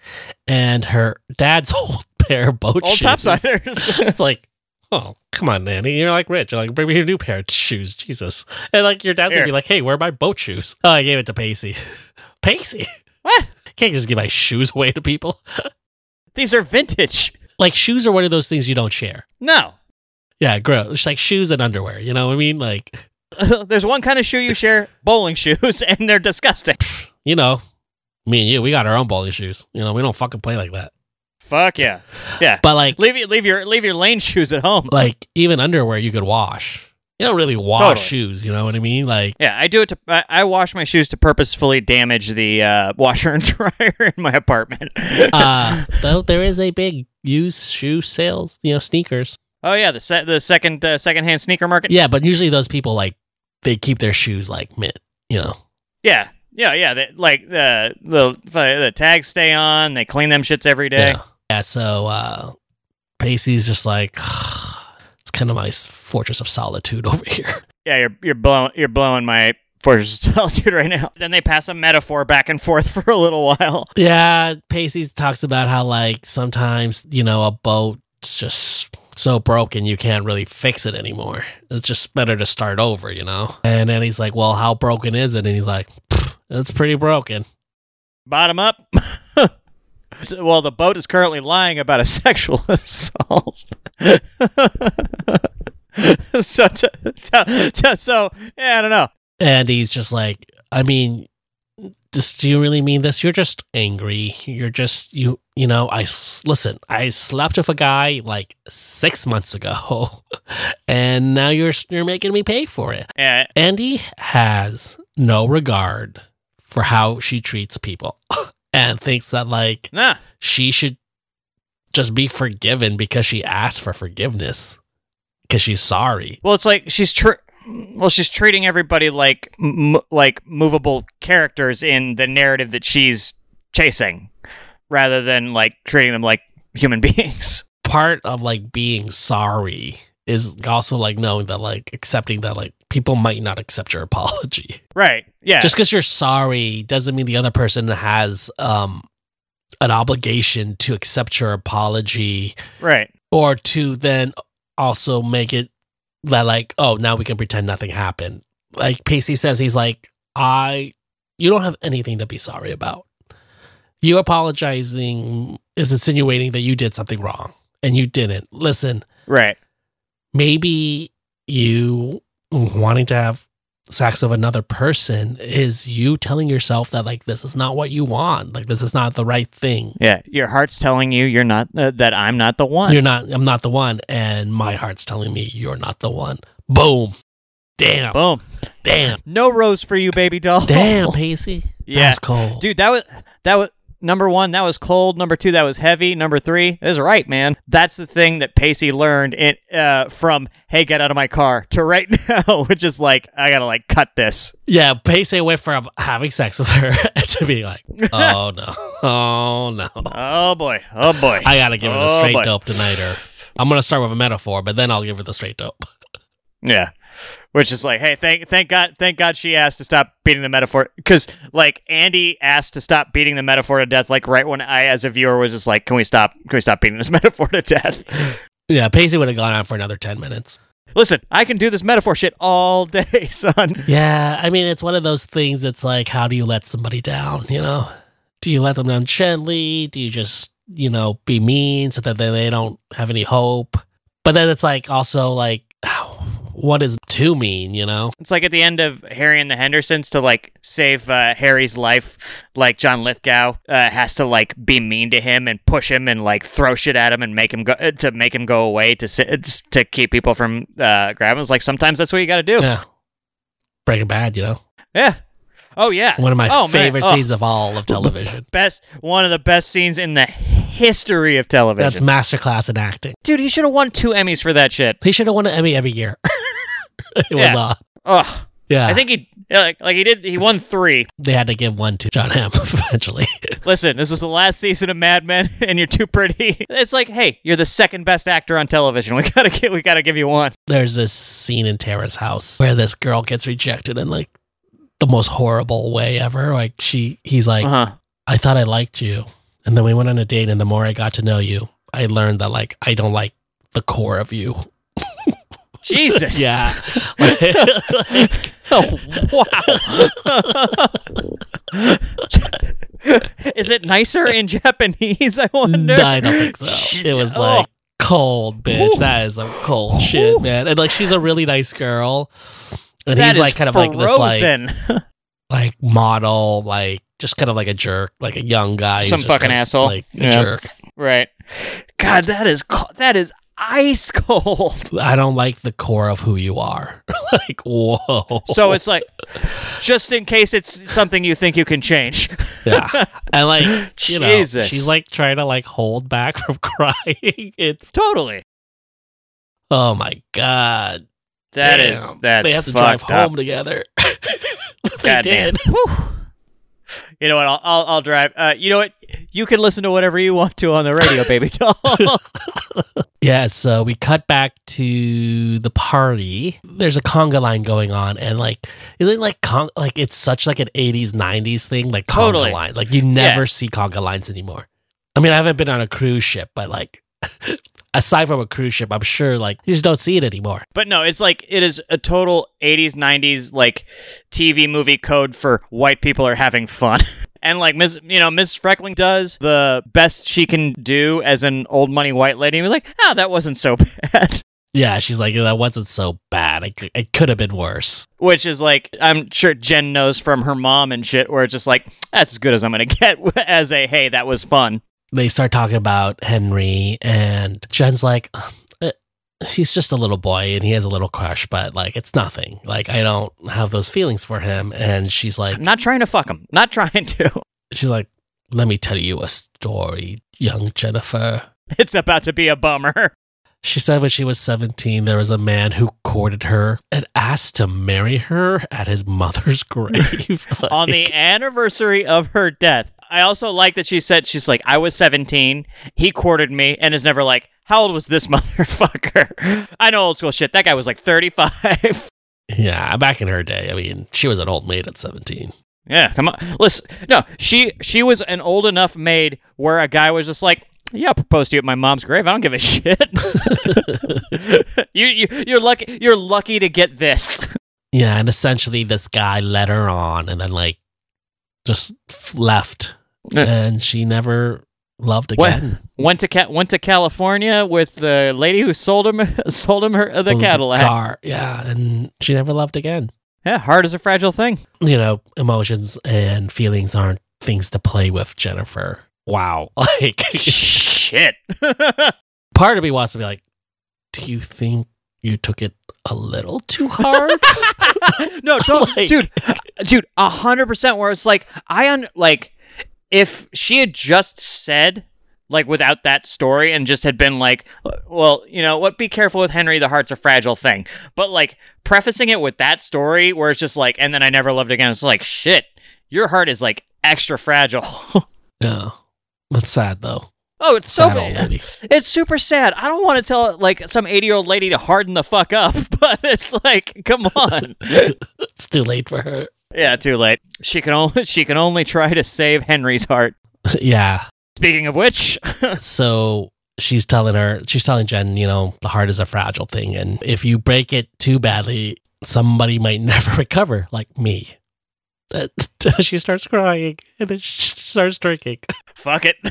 and her dad's old pair of boat
Old
shoes.
topsiders.
it's like, oh, come on, Nanny. You're like rich. You're like, bring me a new pair of shoes. Jesus. And like your dad's
Here.
gonna be like, hey, where are my boat shoes? Oh, I gave it to Pacey. Pacey?
What?
Can't just give my shoes away to people.
These are vintage.
Like shoes are one of those things you don't share.
No.
Yeah, gross. It's like shoes and underwear. You know what I mean? Like,
There's one kind of shoe you share, bowling shoes, and they're disgusting.
you know, me and you, we got our own bowling shoes. You know, we don't fucking play like that.
Fuck yeah.
But like
Leave your leave your leave your lane shoes at home.
like even underwear you could wash. You don't really wash
Totally.
shoes, you know what I mean? Like
Yeah, I do it to I, I wash my shoes to purposefully damage the uh, washer and dryer in my apartment.
uh though there is a big used shoe sales, you know, sneakers.
oh yeah, the se- the second uh, secondhand sneaker market.
Yeah, but usually those people like they keep their shoes like mint, you know.
Yeah. Yeah, yeah, they, like uh, the the tags stay on. They clean them shits every day.
Yeah. Yeah, so uh Pacey's just like it's kind of my s- fortress of solitude over here.
yeah, you're you're blowing you're blowing my fortress of solitude right now. Then they pass a metaphor back and forth for a little while.
Yeah, Pacey talks about how like sometimes, you know, a boat's just so broken you can't really fix it anymore. It's just better to start over, you know? And then he's like, Well, how broken is it? And he's like, "Pfft, It's pretty broken.
Bottom up. So- well, the boat is currently lying about a sexual assault. so, t- t- t- so yeah, I don't know.
And he's just like, I mean, just, do you really mean this? You're just angry. You're just you. You know, I s- listen. I slept with a guy like six months ago, and now you're s- you're making me pay for it.
Yeah,
Andy has no regard for how she treats people and thinks that like
nah.
she should just be forgiven because she asked for forgiveness because she's sorry.
Well, it's like she's tr- well, she's treating everybody like m- like movable characters in the narrative that she's chasing, rather than like treating them like human beings.
Part of like being sorry is also like knowing that like accepting that like people might not accept your apology.
Right. Yeah.
Just because you're sorry doesn't mean the other person has um an obligation to accept your apology
right.
or to then also make it that like oh now we can pretend nothing happened like pacey says he's like i you don't have anything to be sorry about you apologizing is insinuating that you did something wrong and you didn't listen
Right.
maybe you wanting to have sex with another person is you telling yourself that like this is not what you want like this is not the right thing
Yeah. Your heart's telling you you're not uh, that I'm not the one.
You're not. I'm not the one, and my heart's telling me you're not the one. Boom. Damn.
Boom.
Damn.
No rose for you, baby doll.
Damn, Pacey.
Yeah.
That's cold.
Dude, that was that was number one. That was cold. Number two, that was heavy. Number three, is right, man. That's the thing that Pacey learned in, uh, from "Hey, get out of my car" to right now, which is like I gotta like cut this.
Yeah, Pacey went from having sex with her to being like, oh no, oh no.
Oh boy, oh boy.
I gotta give her the
Oh,
straight
boy.
dope tonight. Or I'm gonna start with a metaphor, but then I'll give her the straight dope.
yeah, which is like, hey, thank thank God, thank God she asked to stop beating the metaphor because like Andy asked to stop beating the metaphor to death. Like right when I, as a viewer, was just like, can we stop? Can we stop beating this metaphor to death?
Yeah, Pacey would have gone on for another ten minutes.
Listen, I can do this metaphor shit all day, son.
Yeah, I mean it's one of those things. It's like, how do you let somebody down? You know, do you let them down gently? Do you just you know, be mean so that then they don't have any hope. But then it's like also like, what is too mean, you know?
It's like at the end of Harry and the Hendersons to like save uh, Harry's life, like John Lithgow uh, has to like be mean to him and push him and like throw shit at him and make him go uh, to make him go away to sit, to keep people from uh, grabbing. It's like sometimes that's what you got to do.
Yeah. Breaking Bad, you know?
Yeah. Oh yeah.
One of my
Oh, man.
favorite
Oh.
scenes of all of television.
Best one of the best scenes in the history of television.
That's masterclass in acting.
Dude, he should have won two Emmys for that shit.
He should have won an Emmy every year. it was
Yeah.
uh,
Ugh.
yeah.
I think he yeah, like, like he did he won 3.
they had to give one to John Hamm eventually.
Listen, this was the last season of Mad Men and you're too pretty. It's like, "Hey, you're the second best actor on television. We got to get we got to give you one."
There's this scene in Tara's house where this girl gets rejected in like the most horrible way ever. Like she, he's like,
Uh-huh.
I thought I liked you, and then we went on a date, and the more I got to know you, I learned that like I don't like the core of you.
Jesus.
Yeah.
Oh, wow. Is it nicer in Japanese, I wonder?
I don't think so. It was
Oh.
like cold, bitch.
Ooh.
That is some cold
Ooh.
shit, man. And like she's a really nice girl, and
That
he's
is
like kind of like this like
frozen.
like model, like just kind of like a jerk, like a young guy, who's
Some
just
fucking
kind of
asshole.
like a
Yeah.
jerk.
Right. God, that is co- that is ice cold.
I don't like the core of who you are. like whoa.
So it's like, just in case it's something you think you can change.
yeah, and like you know,
Jesus.
she's like trying to like hold back from crying. It's
Totally.
oh my god.
That
Damn.
is that's
they have to drive
fucked up.
home together. they
God damn.
did.
Whew. You know what? I'll I'll, I'll drive. Uh, you know what? You can listen to whatever you want to on the radio, baby doll.
Yeah, so we cut back to the party. There's a conga line going on, and like, isn't like con- like it's such like an '80s '90s thing, like conga
Totally.
line. Like you never see conga lines anymore. I mean, I haven't been on a cruise ship, but like, aside from a cruise ship, I'm sure like you just don't see it anymore.
but no, it's like it is a total '80s '90s like TV movie code for white people are having fun. And like Miss, you know, Miss Freckling does the best she can do as an old money white lady. And we're like, ah, that wasn't so bad.
Yeah, she's like, that wasn't so bad. It, cou- it could have been worse.
Which is like, I'm sure Jen knows from her mom and shit, where it's just like, that's as good as I'm gonna get. As a hey, that was fun.
They start talking about Henry, and Jen's like, "Uh, he's just a little boy and he has a little crush, but like, it's nothing. Like, I don't have those feelings for him. And she's like,
I'm not trying to fuck him. Not trying to.
she's like, let me tell you a story, young Jennifer.
It's about to be a bummer.
She said when she was 17, there was a man who courted her and asked to marry her at his mother's grave.
On the anniversary of her death. I also like that she said she's like, I was 17. He courted me and is never like, how old was this motherfucker? I know old school shit. That guy was like 35.
yeah, back in her day, I mean, she was an old maid at 17.
yeah, come on. Listen, no, she she was an old enough maid where a guy was just like, yeah, I'll propose to you at my mom's grave. I don't give a shit. you, you you're lucky you're lucky to get this.
Yeah, and essentially this guy led her on and then like just f- left,
Yeah.
and she never loved
What?
again.
Went to ca- went to California with the lady who sold him sold him her, uh, the
Well,
Cadillac.
car, yeah, and she never loved again.
Yeah, heart is a fragile thing.
You know, emotions and feelings aren't things to play with, Jennifer. Wow, like
Shit.
part of me wants to be like, do you think you took it a little too hard?
no, don't,
Like-
dude, dude, a hundred percent. Where it's like I un like if she had just said like without that story and just had been like, well, you know what? Be careful with Henry. The heart's a fragile thing. But like prefacing it with that story, where it's just like, and then I never loved again. It's like shit. Your heart is like extra fragile.
no, that's sad though.
Oh, it's so
Sad old lady.
it's super sad. I don't want to tell like some eighty year old lady to harden the fuck up, but it's like, come on.
It's too late for her.
yeah, too late. She can only she can only try to save Henry's heart.
yeah,
Speaking of which,
so she's telling her she's telling jen you know the heart is a fragile thing and if you break it too badly somebody might never recover like me That- she starts crying and then she starts drinking
fuck it.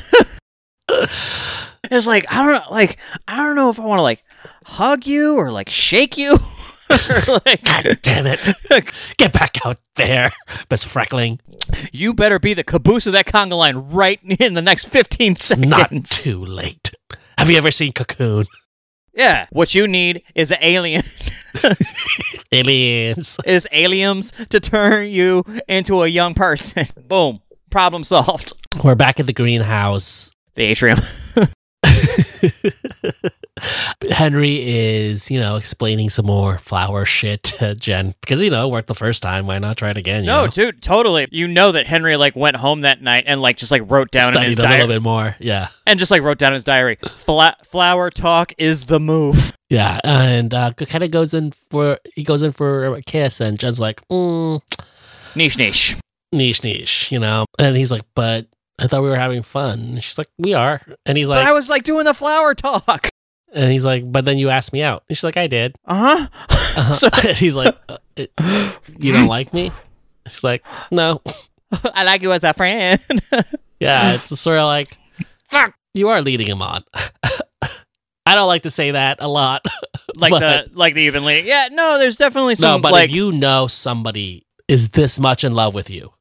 It's like I don't know, like I don't know if I want to like hug you or like shake you. Or,
God
like,
damn it. Get back out there, Miss Freckling.
you better be the caboose of that conga line right in the next fifteen
It's not
seconds.
too late. Have you ever seen Cocoon?
Yeah, what you need is an alien,
Aliens.
is aliens to turn you into a young person. Boom, problem solved.
We're back at the greenhouse.
The atrium.
Henry is, you know, explaining some more flower shit to Jen because you know it worked the first time. Why not try it again? You
No,
know?
dude, totally. You know that Henry like went home that night and like just like wrote down in
studied a
his
little
diary
bit more. Yeah,
and just like wrote down in his diary. Fla- flower talk is the move.
yeah, and uh, kind of goes in for he goes in for a kiss, and Jen's like, mm,
Niche niche.
niche niche, you know, and he's like, but I thought we were having fun. And she's like, we are, and he's
but
like,
I was like doing the flower talk.
and he's like, but then you asked me out, and she's like, I did.
Uh huh. so
and he's like, uh, it- you don't like me? She's like, no.
I like you as a friend.
Yeah, it's sort of like,
Fuck.
you are leading him on. I don't like to say that a lot.
like
But-
the like the even league. Yeah, no, there's definitely some
no, but
like
if you know somebody is this much in love with you,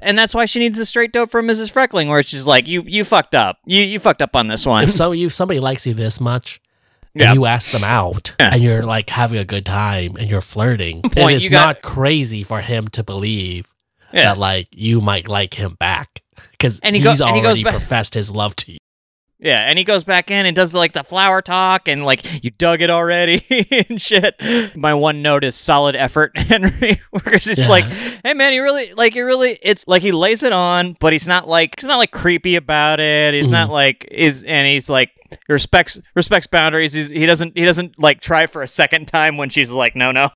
and that's why she needs the straight dope from Mrs. Freckling, where she's like, You you fucked up. You you fucked up on this one.
if so, you somebody likes you this much,
Yeah.
and you ask them out,
Yeah.
and you're like having a good time, and you're flirting, and
Point,
it's
you got-
not crazy for him to believe
Yeah.
that like you might like him back because
And he go-
he's
and he
already
goes back-
professed his love to you.
Yeah, and he goes back in and does like the flower talk and like you dug it already and shit. My one note is solid effort, Henry. Because it's
Yeah.
like, hey man, you really like you really. It's like he lays it on, but he's not like he's not like creepy about it. He's
Mm-hmm.
not like is and he's like respects respects boundaries. He's, he doesn't he doesn't like try for a second time when she's like no no.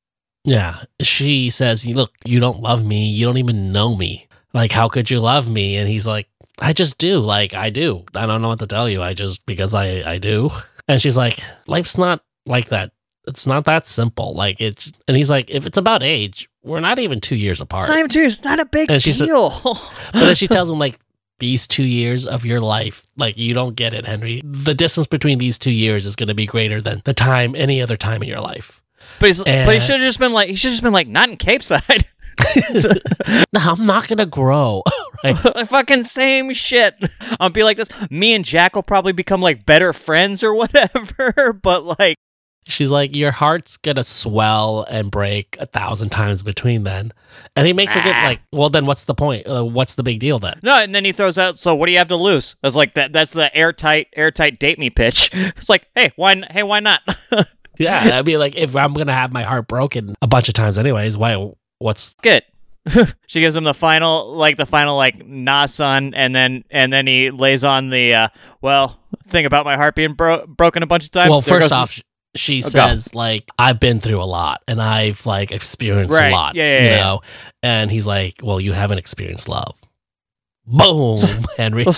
Yeah. She says, Look, you don't love me. You don't even know me. Like, how could you love me? And he's like, I just do. Like, I do. I don't know what to tell you. I just, because I, I do. And she's like, Life's not like that. It's not that simple. Like, it, and he's like, If it's about age, we're not even two years apart.
It's not even true. It's not a big
And she's a-
deal.
but then she tells him, like, these two years of your life, like, you don't get it, Henry. The distance between these two years is going to be greater than the time, any other time in your life.
but he's, but he
And-
should have just been like he should have just been like not in Cape Side.
No, I'm not going to grow. right.
The fucking same shit. I'll be like this. Me and Jack will probably become like better friends or whatever, but like,
She's like, your heart's gonna swell and break a thousand times between then. And he makes a good
Ah.
like, well, then what's the point? Uh, what's the big deal then?
no. And then he throws out, so what do you have to lose? That's like that. That's the airtight, airtight date me pitch. It's like, hey, why? n- Hey, why not?
Yeah, I mean, like, if I'm gonna have my heart broken a bunch of times anyways, why? What's
Good. she gives him the final, like the final, like nah, son, and then and then he lays on the uh, well thing about my heart being bro- broken a bunch of times.
well?
There
First
goes- Oh,
off, sh- she
go.
says like, I've been through a lot and I've like experienced
Right.
a lot,
Yeah, yeah,
you
yeah.
know. And he's like, well, you haven't experienced love. Boom, Henry.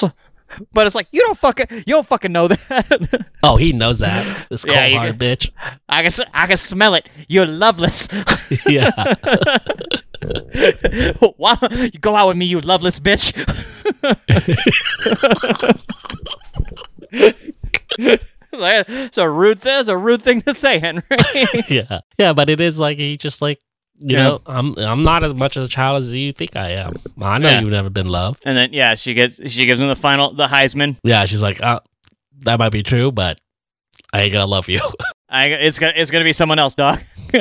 but it's like you don't fucking you don't fucking know that.
Oh, he knows that. This cold
Yeah, you
hard bitch.
I can s- I can smell it. You're loveless.
Yeah.
Why you go out with me, you loveless bitch? It's a rude. That's a rude thing to say, Henry.
yeah, yeah, but it is like he just like you
Yeah.
know I'm I'm not as much of a child as you think I am. I know
Yeah.
you've never been loved.
and then yeah, she gets she gives him the final the Heisman.
Yeah, she's like, uh, that might be true, but I ain't gonna love you.
I, it's gonna it's gonna be someone else, dog.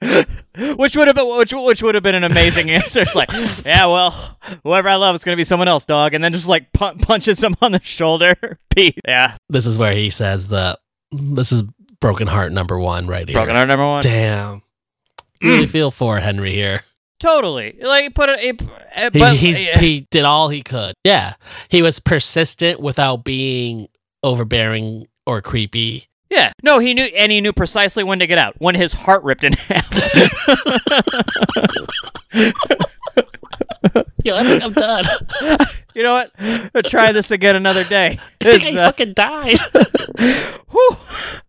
which would have been which which would have been an amazing answer. It's like, yeah, well, whoever I love, it's gonna be someone else, dog. And then just like pu- punches him on the shoulder. Peace. Yeah,
this is where he says the this is broken heart number one right here.
broken Mm. our number one.
Damn, really feel for Henry here.
Totally. Like he put it. He, uh,
He,
but
he's
yeah.
he did all he could. Yeah, he was persistent without being overbearing or creepy.
yeah. No, he knew, and he knew precisely when to get out. When his heart ripped in half.
Yeah, I think I'm done.
you know what? I'll try this again another day.
I think
It's,
I
uh,
fucking died.
Whew.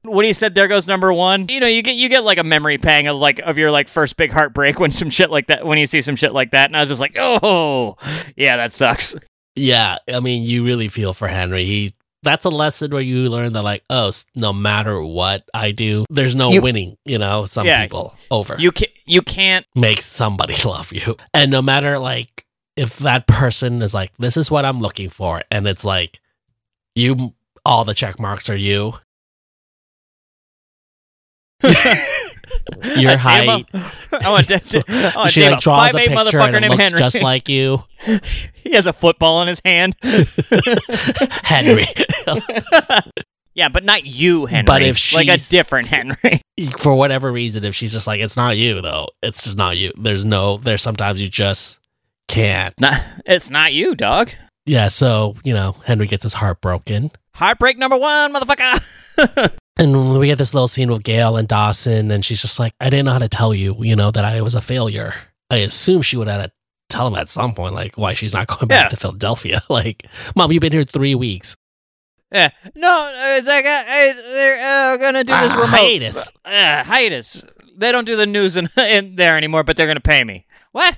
When he said "There goes number one," you know, you get you get like a memory pang of like of your like first big heartbreak when some shit like that when you see some shit like that, and I was just like, oh, yeah, that sucks.
Yeah, I mean, you really feel for Henry. He that's a lesson where you learn that like, oh, s- no matter what I do, there's no
You-
winning. You know, some
Yeah,
people over
You can you can't
make somebody love you, and no matter like if that person is like, this is what I'm looking for, and it's like, you all the check marks are you. Your
I damn
height.
a- I want to, Oh, I want to
she
name
like
a
draws a
5'8"
picture and
motherfucker
it
named
looks
Henry.
just like you,
he has a football in his hand.
Henry.
yeah, but not you, Henry.
But if
like a
she's-
different Henry,
for whatever reason, if she's just like, it's not you though, it's just not you. There's no, there's sometimes you just can't.
Nah, it's not you, dog.
Yeah. So, you know, Henry gets his heart broken.
Heartbreak number one, motherfucker.
And we get this little scene with Gail and Dawson, and she's just like, I didn't know how to tell you, you know, that I was a failure. I assume she would have to tell him at some point, like, why she's not going back
Yeah.
to Philadelphia. like, mom, you've been here three weeks.
Yeah. No, it's like uh, I, they're uh, gonna do this
Ah,
remote
hiatus.
Uh, hiatus. They don't do the news in, in there anymore, but they're gonna pay me. What?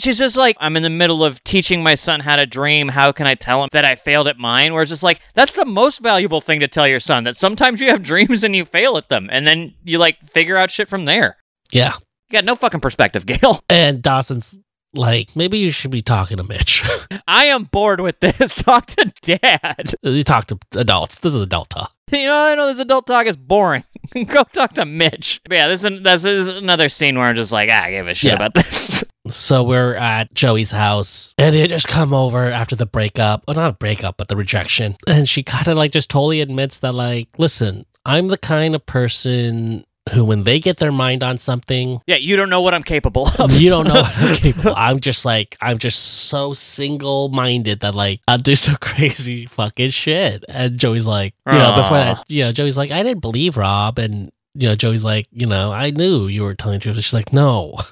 She's just like, I'm in the middle of teaching my son how to dream. How can I tell him that I failed at mine? Where it's just like, that's the most valuable thing to tell your son that sometimes you have dreams and you fail at them, and then you like figure out shit from there.
Yeah.
You got no fucking perspective, Gail.
And Dawson's like, maybe you should be talking to Mitch.
I am bored with this. Talk to dad.
you talk to adults. This is adult talk.
You know, I know this adult talk is boring. Go talk to Mitch. But yeah, this is this is another scene where I'm just like, ah, I give a shit
Yeah.
about this.
So we're at Joey's house, and it just come over after the breakup. Well, not breakup, but the rejection. And she kind of like just totally admits that, like, listen, I'm the kind of person who, when they get their mind on something,
yeah, you don't know what I'm capable of.
you don't know what I'm capable. of. I'm just like, I'm just so single minded that like I'll do some crazy fucking shit. And Joey's like, you know, before
Aw.
that, you know, Joey's like, I didn't believe Rob, and you know, Joey's like, you know, I knew you were telling the truth. She's like, no.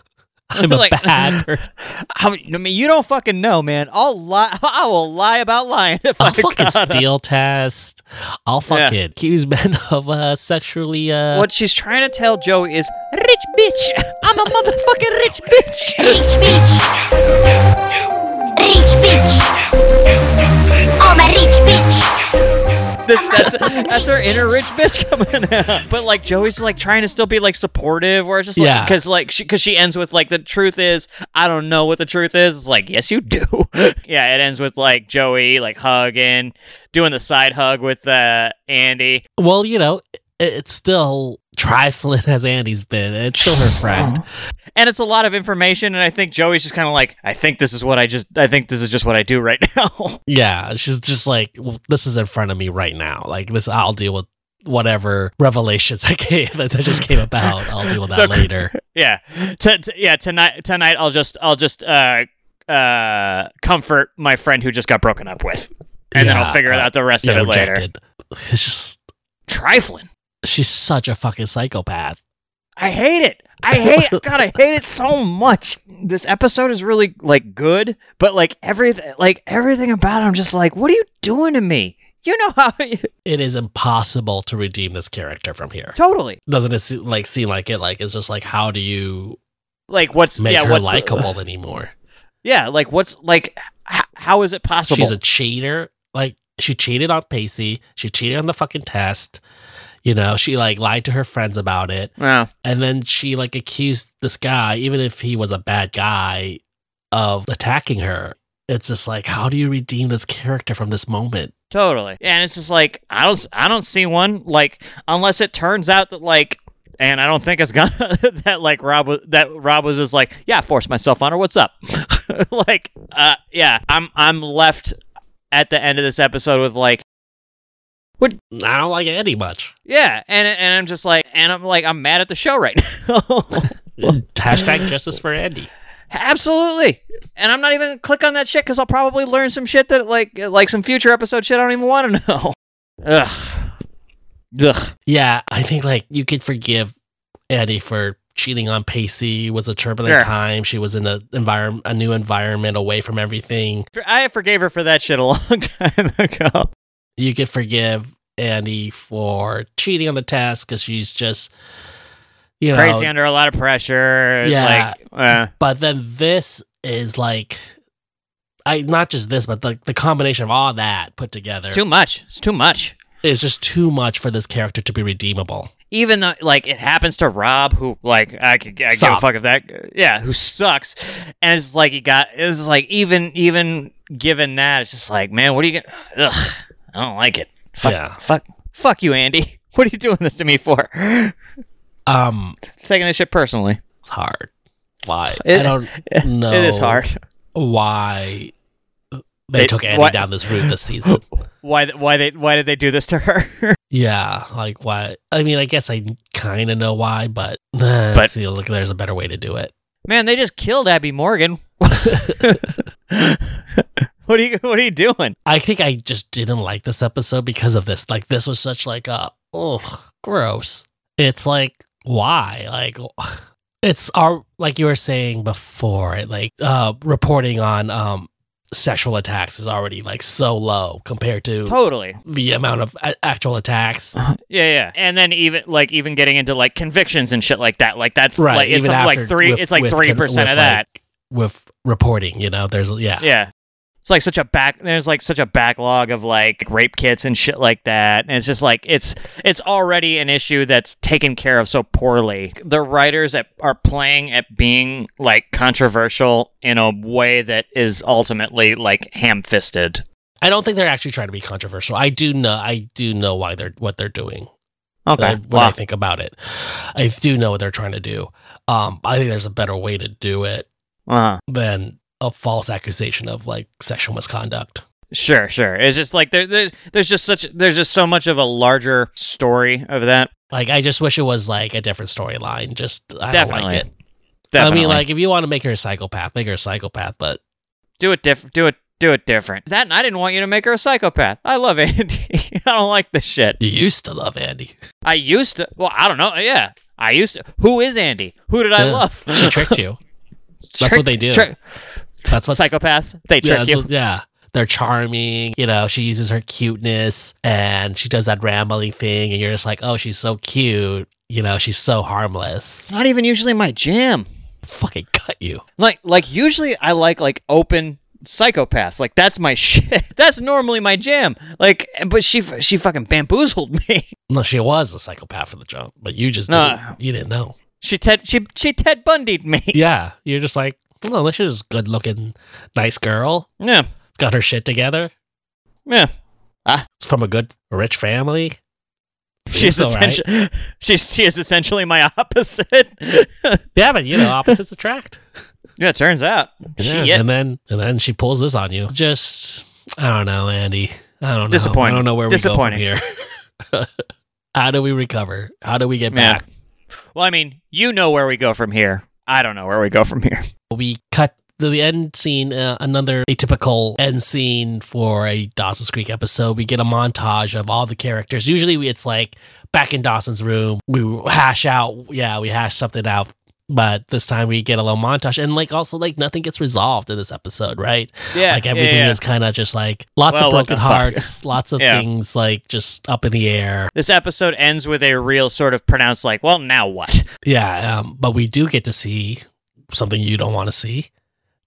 I'm a
Like-
bad person.
I mean, you don't fucking know, man. I'll lie. I will lie about lying if
I'll
I
fucking
gotta.
steal test. I'll
Yeah.
fucking accuse men of uh, sexually. Uh,
What she's trying to tell Joey is, rich bitch. I'm a motherfucking rich bitch.
Rich bitch. Rich bitch. I'm a rich bitch.
That's, that's, that's her inner rich bitch coming out. But like Joey's like trying to still be like supportive, or it's just like
Yeah.
because like she because she ends with like the truth is I don't know what the truth is. It's like yes you do. yeah, it ends with like Joey like hugging, doing the side hug with uh Andy.
Well, you know, it, it's still trifling as Andy's been. It's still her friend.
And it's a lot of information, and I think Joey's just kind of like I think this is what I just I think this is just what I do right now.
yeah, she's just like, well, this is in front of me right now. Like this, I'll deal with whatever revelations I came that just came about. I'll deal with that
The-
later.
yeah, T- t- yeah tonight tonight I'll just I'll just uh uh comfort my friend who just got broken up with. and then I'll
Yeah,
figure
uh,
out the rest
yeah,
of it later.
rejected. It's just
Trifling.
she's such a fucking psychopath.
I hate it. I hate God, I hate it so much. This episode is really like good, but like everything like everything about it, I'm just like, what are you doing to me? You know how
It is impossible to redeem this character from here.
totally.
Doesn't it se- like seem like it? Like it's just like how do you
Like what's
make
yeah,
her
what's
likable anymore.
Yeah, like what's like h- how is it possible?
She's a cheater. Like she cheated on Pacey. She cheated on the fucking test. You know, she like lied to her friends about it,
Yeah.
and then she like accused this guy, even if he was a bad guy, of attacking her. It's just like, how do you redeem this character from this moment?
Totally. And it's just like I don't I don't see one like unless it turns out that like and I don't think it's gonna that like Rob was that Rob was just like yeah I forced myself on her what's up like uh yeah I'm I'm left at the end of this episode with like
I don't like Andy much.
yeah and and I'm just like and I'm like I'm mad at the show right now
Hashtag justice for Andy.
absolutely and I'm not even gonna click on that shit because I'll probably learn some shit that like like some future episode shit I don't even want to know ugh ugh
Yeah, I think like you could forgive Andy for cheating on Pacey. It was a turbulent
Sure.
time. She was in a environment, a new environment, away from everything.
I forgave her for that shit a long time ago.
You could forgive Andy for cheating on the test because she's just, you know.
Crazy under a lot of pressure.
Yeah.
Like, uh,
But then this is like, I not just this, but the, the combination of all that put together
It's too much. It's too much.
is just too much for this character to be redeemable.
Even though, like, it happens to Rob, who, like, I could I give a
Suck.
fuck if that, yeah, who sucks, and it's just like he got. It's just like even even given that, it's just like, man, what are you gonna? Ugh, I don't like it. Fuck,
Yeah.
fuck, fuck you, Andy. What are you doing this to me for?
Um,
Taking this shit personally.
it's hard. Why
It-
I don't know.
It is hard.
Why they
It-
took Andy
what-
down this route this season?
Why? th- Why they? Why did they do this to her?
Yeah, like why? I mean, I guess I kind of know why, but uh,
But-
it feels like there's a better way to do it.
Man, they just killed Abby Morgan. what are you what are you doing?
I think I just didn't like this episode because of this. Like this was such like a oh gross. It's like why? Like it's our like you were saying before, it like uh reporting on um sexual attacks is already like so low compared to
Totally.
the amount of a- actual attacks.
Yeah, yeah. And then even like even getting into like convictions and shit like that. Like that's
Right.
like it's
even
something
after
like three
with-
it's like
with con-
three percent
with,
of that.
like, with reporting, you know, there's yeah.
yeah. It's like such a back there's like such a backlog of like rape kits and shit like that. And it's just like it's it's already an issue that's taken care of so poorly. The writers that are playing at being like controversial in a way that is ultimately like ham fisted.
I don't think they're actually trying to be controversial. I do know I do know why they're what they're doing.
Okay.
uh, when I think about it. I do know what they're trying to do. Um, I think there's a better way to do it
uh
than a false accusation of like sexual misconduct.
Sure, sure. It's just like there, there, there's just such, there's just so much of a larger story of that.
Like I just wish it was like a different storyline. Just I
Definitely.
don't like it.
Definitely.
I mean, like if you want to make her a psychopath, make her a psychopath. But
do it different, do it, do it different. That, and I didn't want you to make her a psychopath. I love Andy. I don't like this shit.
you used to love Andy.
I used to. Well, I don't know. Yeah, I used to. Who is Andy? Who did I
Yeah.
love?
She tricked you. That's
Trick-
what they do.
trick-
That's what
psychopaths. They
Yeah,
trick
that's
you.
what- yeah. They're charming, you know, she uses her cuteness and she does that rambling thing and you're just like, Oh, she's so cute, you know, she's so harmless.
It's not even usually my jam.
Fucking cut you.
Like like usually I like like open psychopaths. Like that's my shit. That's normally my jam. Like but she f- she fucking bamboozled me.
No, she was a psychopath for the jump, but you just
No.
didn't, you didn't know.
She Ted she she Ted Bundy'd me.
Yeah, you're just like, no, this is good looking, nice girl.
Yeah.
Got her shit together.
Yeah.
It's from a good, rich family.
She's
Seems alright.
essentially she's she is essentially my opposite.
Yeah, but you know, opposites attract.
yeah, turns out.
Yeah,
Shit.
and then and then she pulls this on you. Just I don't know, Andy. I don't know.
Disappointing.
I don't know where we go from
Disappointing.
here. How do we recover? How do we get
Yeah.
back?
Well, I mean, you know where we go from here. I don't know where we go from here.
We cut to the end scene. Uh, another atypical end scene for a Dawson's Creek episode. We get a montage of all the characters. Usually, we- it's like back in Dawson's room. We hash out. Yeah, we hash something out. But this time we get a little montage, and like also like nothing gets resolved in this episode, right?
Yeah.
like everything
yeah, yeah.
is kind of just like lots
Well,
of
what the
broken
fuck?
hearts, lots of
Yeah.
things like just up in the air.
This episode ends with a real sort of pronounced like, well, now what?
Yeah, um, but we do get to see something you don't want to see.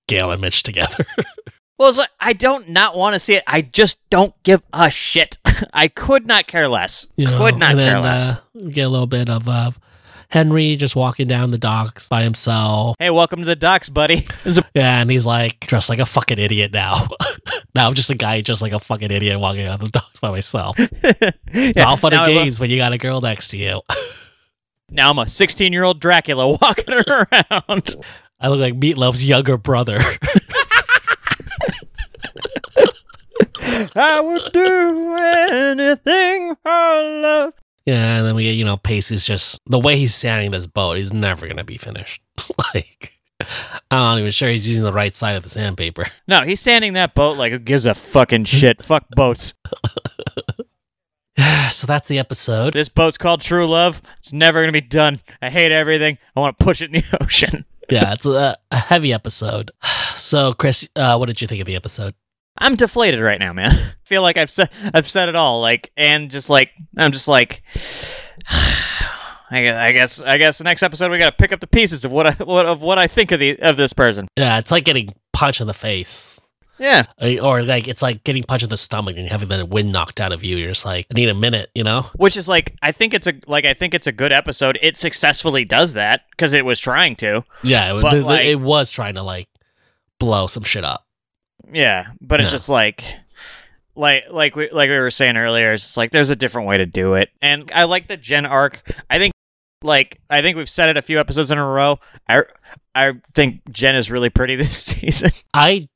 Gail and Mitch together.
Well, it's like I don't not want to see it. I just don't give a shit. I could not care less.
You know?
could not
and then,
care less.
Uh, we get a little bit of uh, Henry just walking down the docks by himself.
hey, welcome to the docks, buddy.
Yeah, and he's like dressed like a fucking idiot now. now I'm just a guy just like a fucking idiot walking down the docks by myself. It's
it's
all fun and games when you got a girl next to you.
Now I'm a 16 year old Dracula walking around.
I look like Meatloaf's younger brother.
I would do anything for love.
Yeah, and then we get, you know, Pacey's just the way he's sanding this boat, he's never gonna be finished. like I'm not even sure he's using the right side of the sandpaper.
No, he's sanding that boat like who gives a fucking shit. Fuck boats.
so that's the episode.
This boat's called True Love. It's never gonna be done. I hate everything. I want to push it in the ocean.
Yeah, it's a, a heavy episode. So, Chris, uh, what did you think of the episode?
I'm deflated right now, man. I feel like I've said I've said it all. Like, and just like I'm just like, I guess I guess I guess the next episode we gotta pick up the pieces of what I what of what I think of the of this person.
Yeah, it's like getting punched in the face.
Yeah.
I- Or like it's like getting punched in the stomach and having the wind knocked out of you. You're just like, I need a minute, you know?
Which is like I think it's a like I think it's a good episode. It successfully does that because it was trying to.
Yeah, it, was-
But,
th- th-
like-
it was trying to like blow some shit up.
Yeah, but it's
Yeah.
just like like like we like we were saying earlier, it's just like there's a different way to do it. And I like the Jen arc. I think like I think we've said it a few episodes in a row. I I think Jen is really pretty this season.
I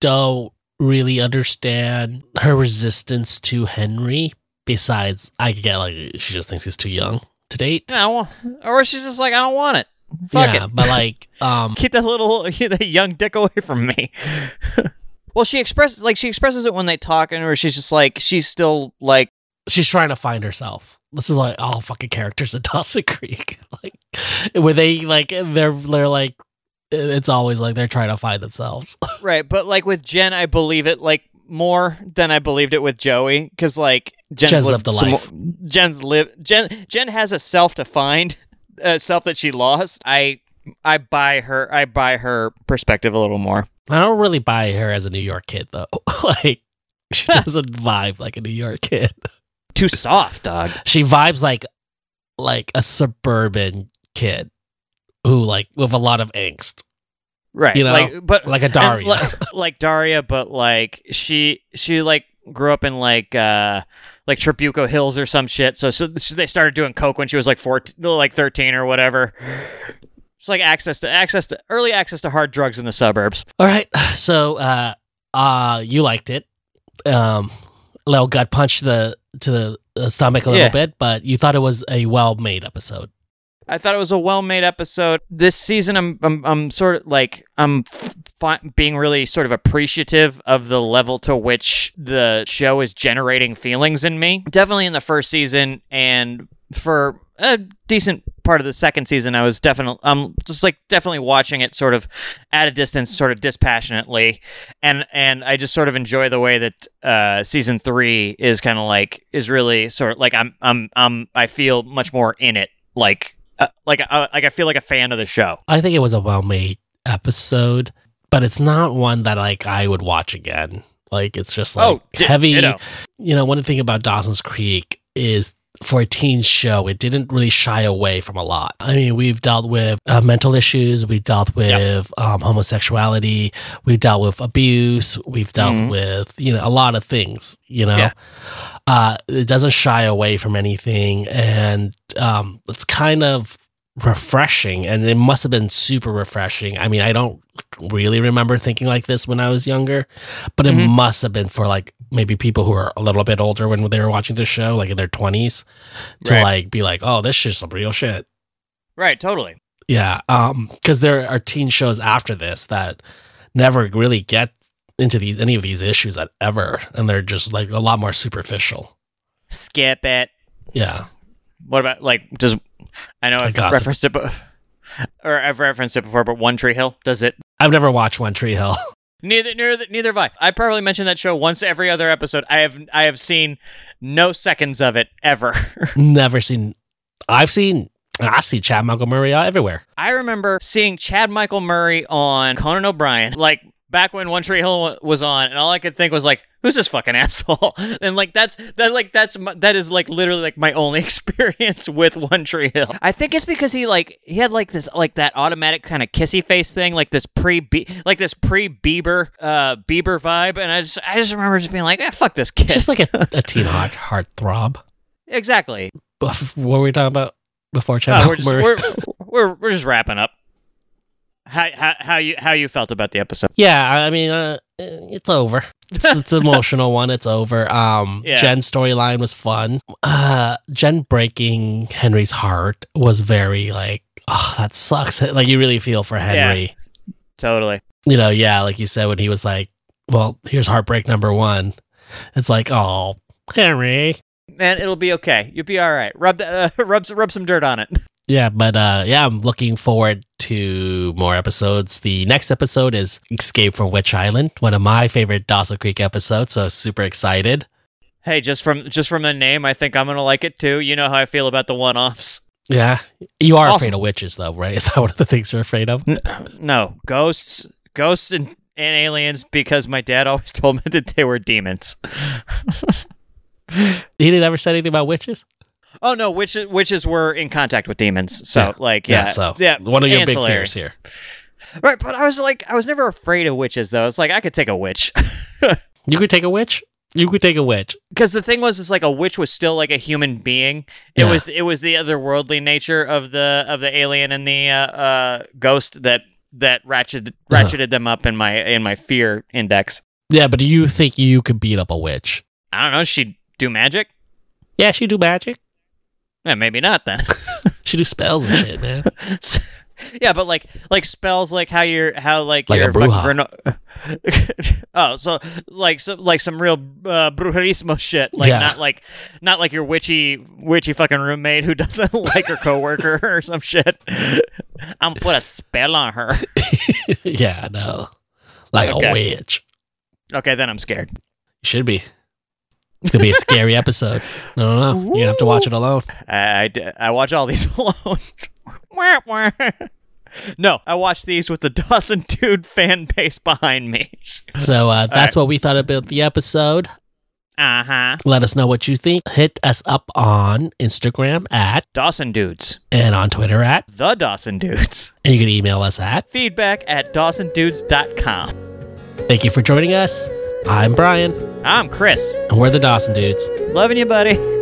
don't really understand her resistance to Henry. Besides, I could get like she just thinks he's too young to date.
I don't, wa- or she's just like I don't want it. Fuck
yeah,
it.
but like, um,
Keep that little that young dick away from me. well, she expresses like she expresses it when they talk, and where she's just like she's still like
she's trying to find herself. This is like all fucking characters in Dawson Creek, like where they like they're they're like it's always like they're trying to find themselves.
right, but like with Jen, I believe it like more than I believed it with Joey because like Jen's,
Jen's
lived,
lived a
some
life.
more- Jen's live. Jen Jen has a self to find, a self that she lost. I I buy her. I buy her perspective a little more.
I don't really buy her as a New York kid though. like she doesn't vibe like a New York kid.
Too soft, dog.
she vibes like like a suburban kid who like with a lot of angst
right
You know,
like but
like a
and
Daria.
li- like, daria but like she she like grew up in like uh like Tribuco Hills or some shit. So, so so they started doing coke when she was like 14, no, like 13 or whatever. It's like access to access to early access to hard drugs in the suburbs.
all right so uh uh you liked it um little gut punch to the to the uh, stomach a little
Yeah.
bit but you thought it was a well-made episode
I thought it was a well-made episode. This season I'm I'm, I'm sort of like I'm f- fi- being really sort of appreciative of the level to which the show is generating feelings in me. Definitely in the first season and for a decent part of the second season I was definitely I'm just like definitely watching it sort of at a distance sort of dispassionately and and I just sort of enjoy the way that uh season 3 is kind of like is really sort of like I'm I'm I'm I feel much more in it like uh, like uh, like I feel like a fan of the show.
i think it was a well-made episode but it's not one that like i would watch again like it's just like Oh,
di-
heavy
Oh, ditto.
you know, one thing about Dawson's Creek is for a teen show, it didn't really shy away from a lot. I mean, we've dealt with uh, mental issues, we've dealt with um, homosexuality, we've dealt with abuse, we've dealt
Mhm.
with, you know, a lot of things, you know.
Yeah.
Uh, it doesn't shy away from anything. And um, it's kind of refreshing. And it must have been super refreshing. I mean, I don't really remember thinking like this when I was younger, but it
Mhm.
must have been for like maybe people who are a little bit older when they were watching this show, like in their 20s, to
Right.
like be like, oh, this is some real shit.
Right, totally.
Yeah. Um, cause there are teen shows after this that never really get into these any of these issues at ever. And they're just like a lot more superficial.
Skip it.
Yeah.
What about like does I know I've
Gossip.
referenced it be- or I've referenced it before, but One Tree Hill does it.
I've never watched One Tree Hill.
Neither, neither, neither have I. I probably mentioned that show once every other episode. I have, I have seen no seconds of it ever.
never seen I've seen I've seen Chad Montgomery uh, everywhere.
I remember seeing Chad Michael Murray on Conan O'Brien, like back when One Tree Hill wa- was on, and all I could think was like, "Who's this fucking asshole?" And like that's that like that's my, that is like literally like my only experience with One Tree Hill. I think it's because he like he had like this like that automatic kind of kissy face thing, like this pre like this pre Bieber uh Bieber vibe, and I just I just remember just being like, "Ah, fuck this kid."
It's just like a, a teen heart heartthrob.
exactly.
What were we talking about before Chad
Uh, we're, just,
Montgomery?
we're, we're we're just wrapping up. How, how, how you how you felt about the episode?
Yeah, I I mean, uh, it's over. It's, it's an emotional one. It's over. Um,
Yeah.
Jen's storyline was fun. Uh, Jen breaking Henry's heart was very like, oh, that sucks. Like you really feel for Henry.
Totally.
You know, yeah, like you said when he was like, well, here's heartbreak number one. It's like, oh, Henry.
Man, it'll be okay. You'll be all right. Rub the, uh, rub rub some dirt on it.
Yeah, but uh, yeah, I'm looking forward to more episodes. The next episode is Escape from Witch Island, one of my favorite Dawson Creek episodes. So super excited.
Hey, just from just from the name, I think I'm gonna like it too. You know how I feel about the one-offs.
Yeah. You are
Awesome.
afraid of witches, though, right? Is that one of the things you're afraid of?
No, ghosts, ghosts, and and aliens because my dad always told me that they were demons.
He didn't ever say anything about witches.
Oh no, witches witches were in contact with demons. So
Yeah.
like yeah,
So
yeah,
one of your big
ancillary.
fears here.
Right, but I was like, I was never afraid of witches though. It's like I could take a witch.
You could take a witch. You could take a witch.
because the thing was, it's like a witch was still like a human being. It
Yeah.
was it was the otherworldly nature of the of the alien and the uh, uh, ghost that that ratcheted
Uh-huh.
ratcheted them up in my in my fear index.
Yeah, but do you think you could beat up a witch?
I don't know. She do magic?
Yeah, she do magic.
Yeah, maybe not then.
She do spells and shit, man.
yeah, but like like spells, like how you're how like,
Like a
your fucking
bruja.
Bruno- oh, so like so like some real uh, brujerismo shit. Like
Yeah.
not like not like your witchy witchy fucking roommate who doesn't like her coworker or some shit. I'm gonna put a spell on her.
yeah, no, like
Okay.
a witch.
Okay, then I'm scared.
Should be. It's gonna be a scary episode. I don't know. You're gonna have to watch it alone.
I I, d- I watch all these alone. Wah, wah. no, I watch these with the Dawson Dude fan base behind me.
So uh, that's what we thought about the episode.
Uh huh.
Let us know what you think. Hit us up on Instagram at
Dawson Dudes.
and on Twitter at,
The Dawson Dudes.
and you can email us at.
feedback at dawsondudes.com.
Thank you for joining us. I'm Brian,
I'm Chris.
and we're the Dawson Dudes.
Loving you, buddy.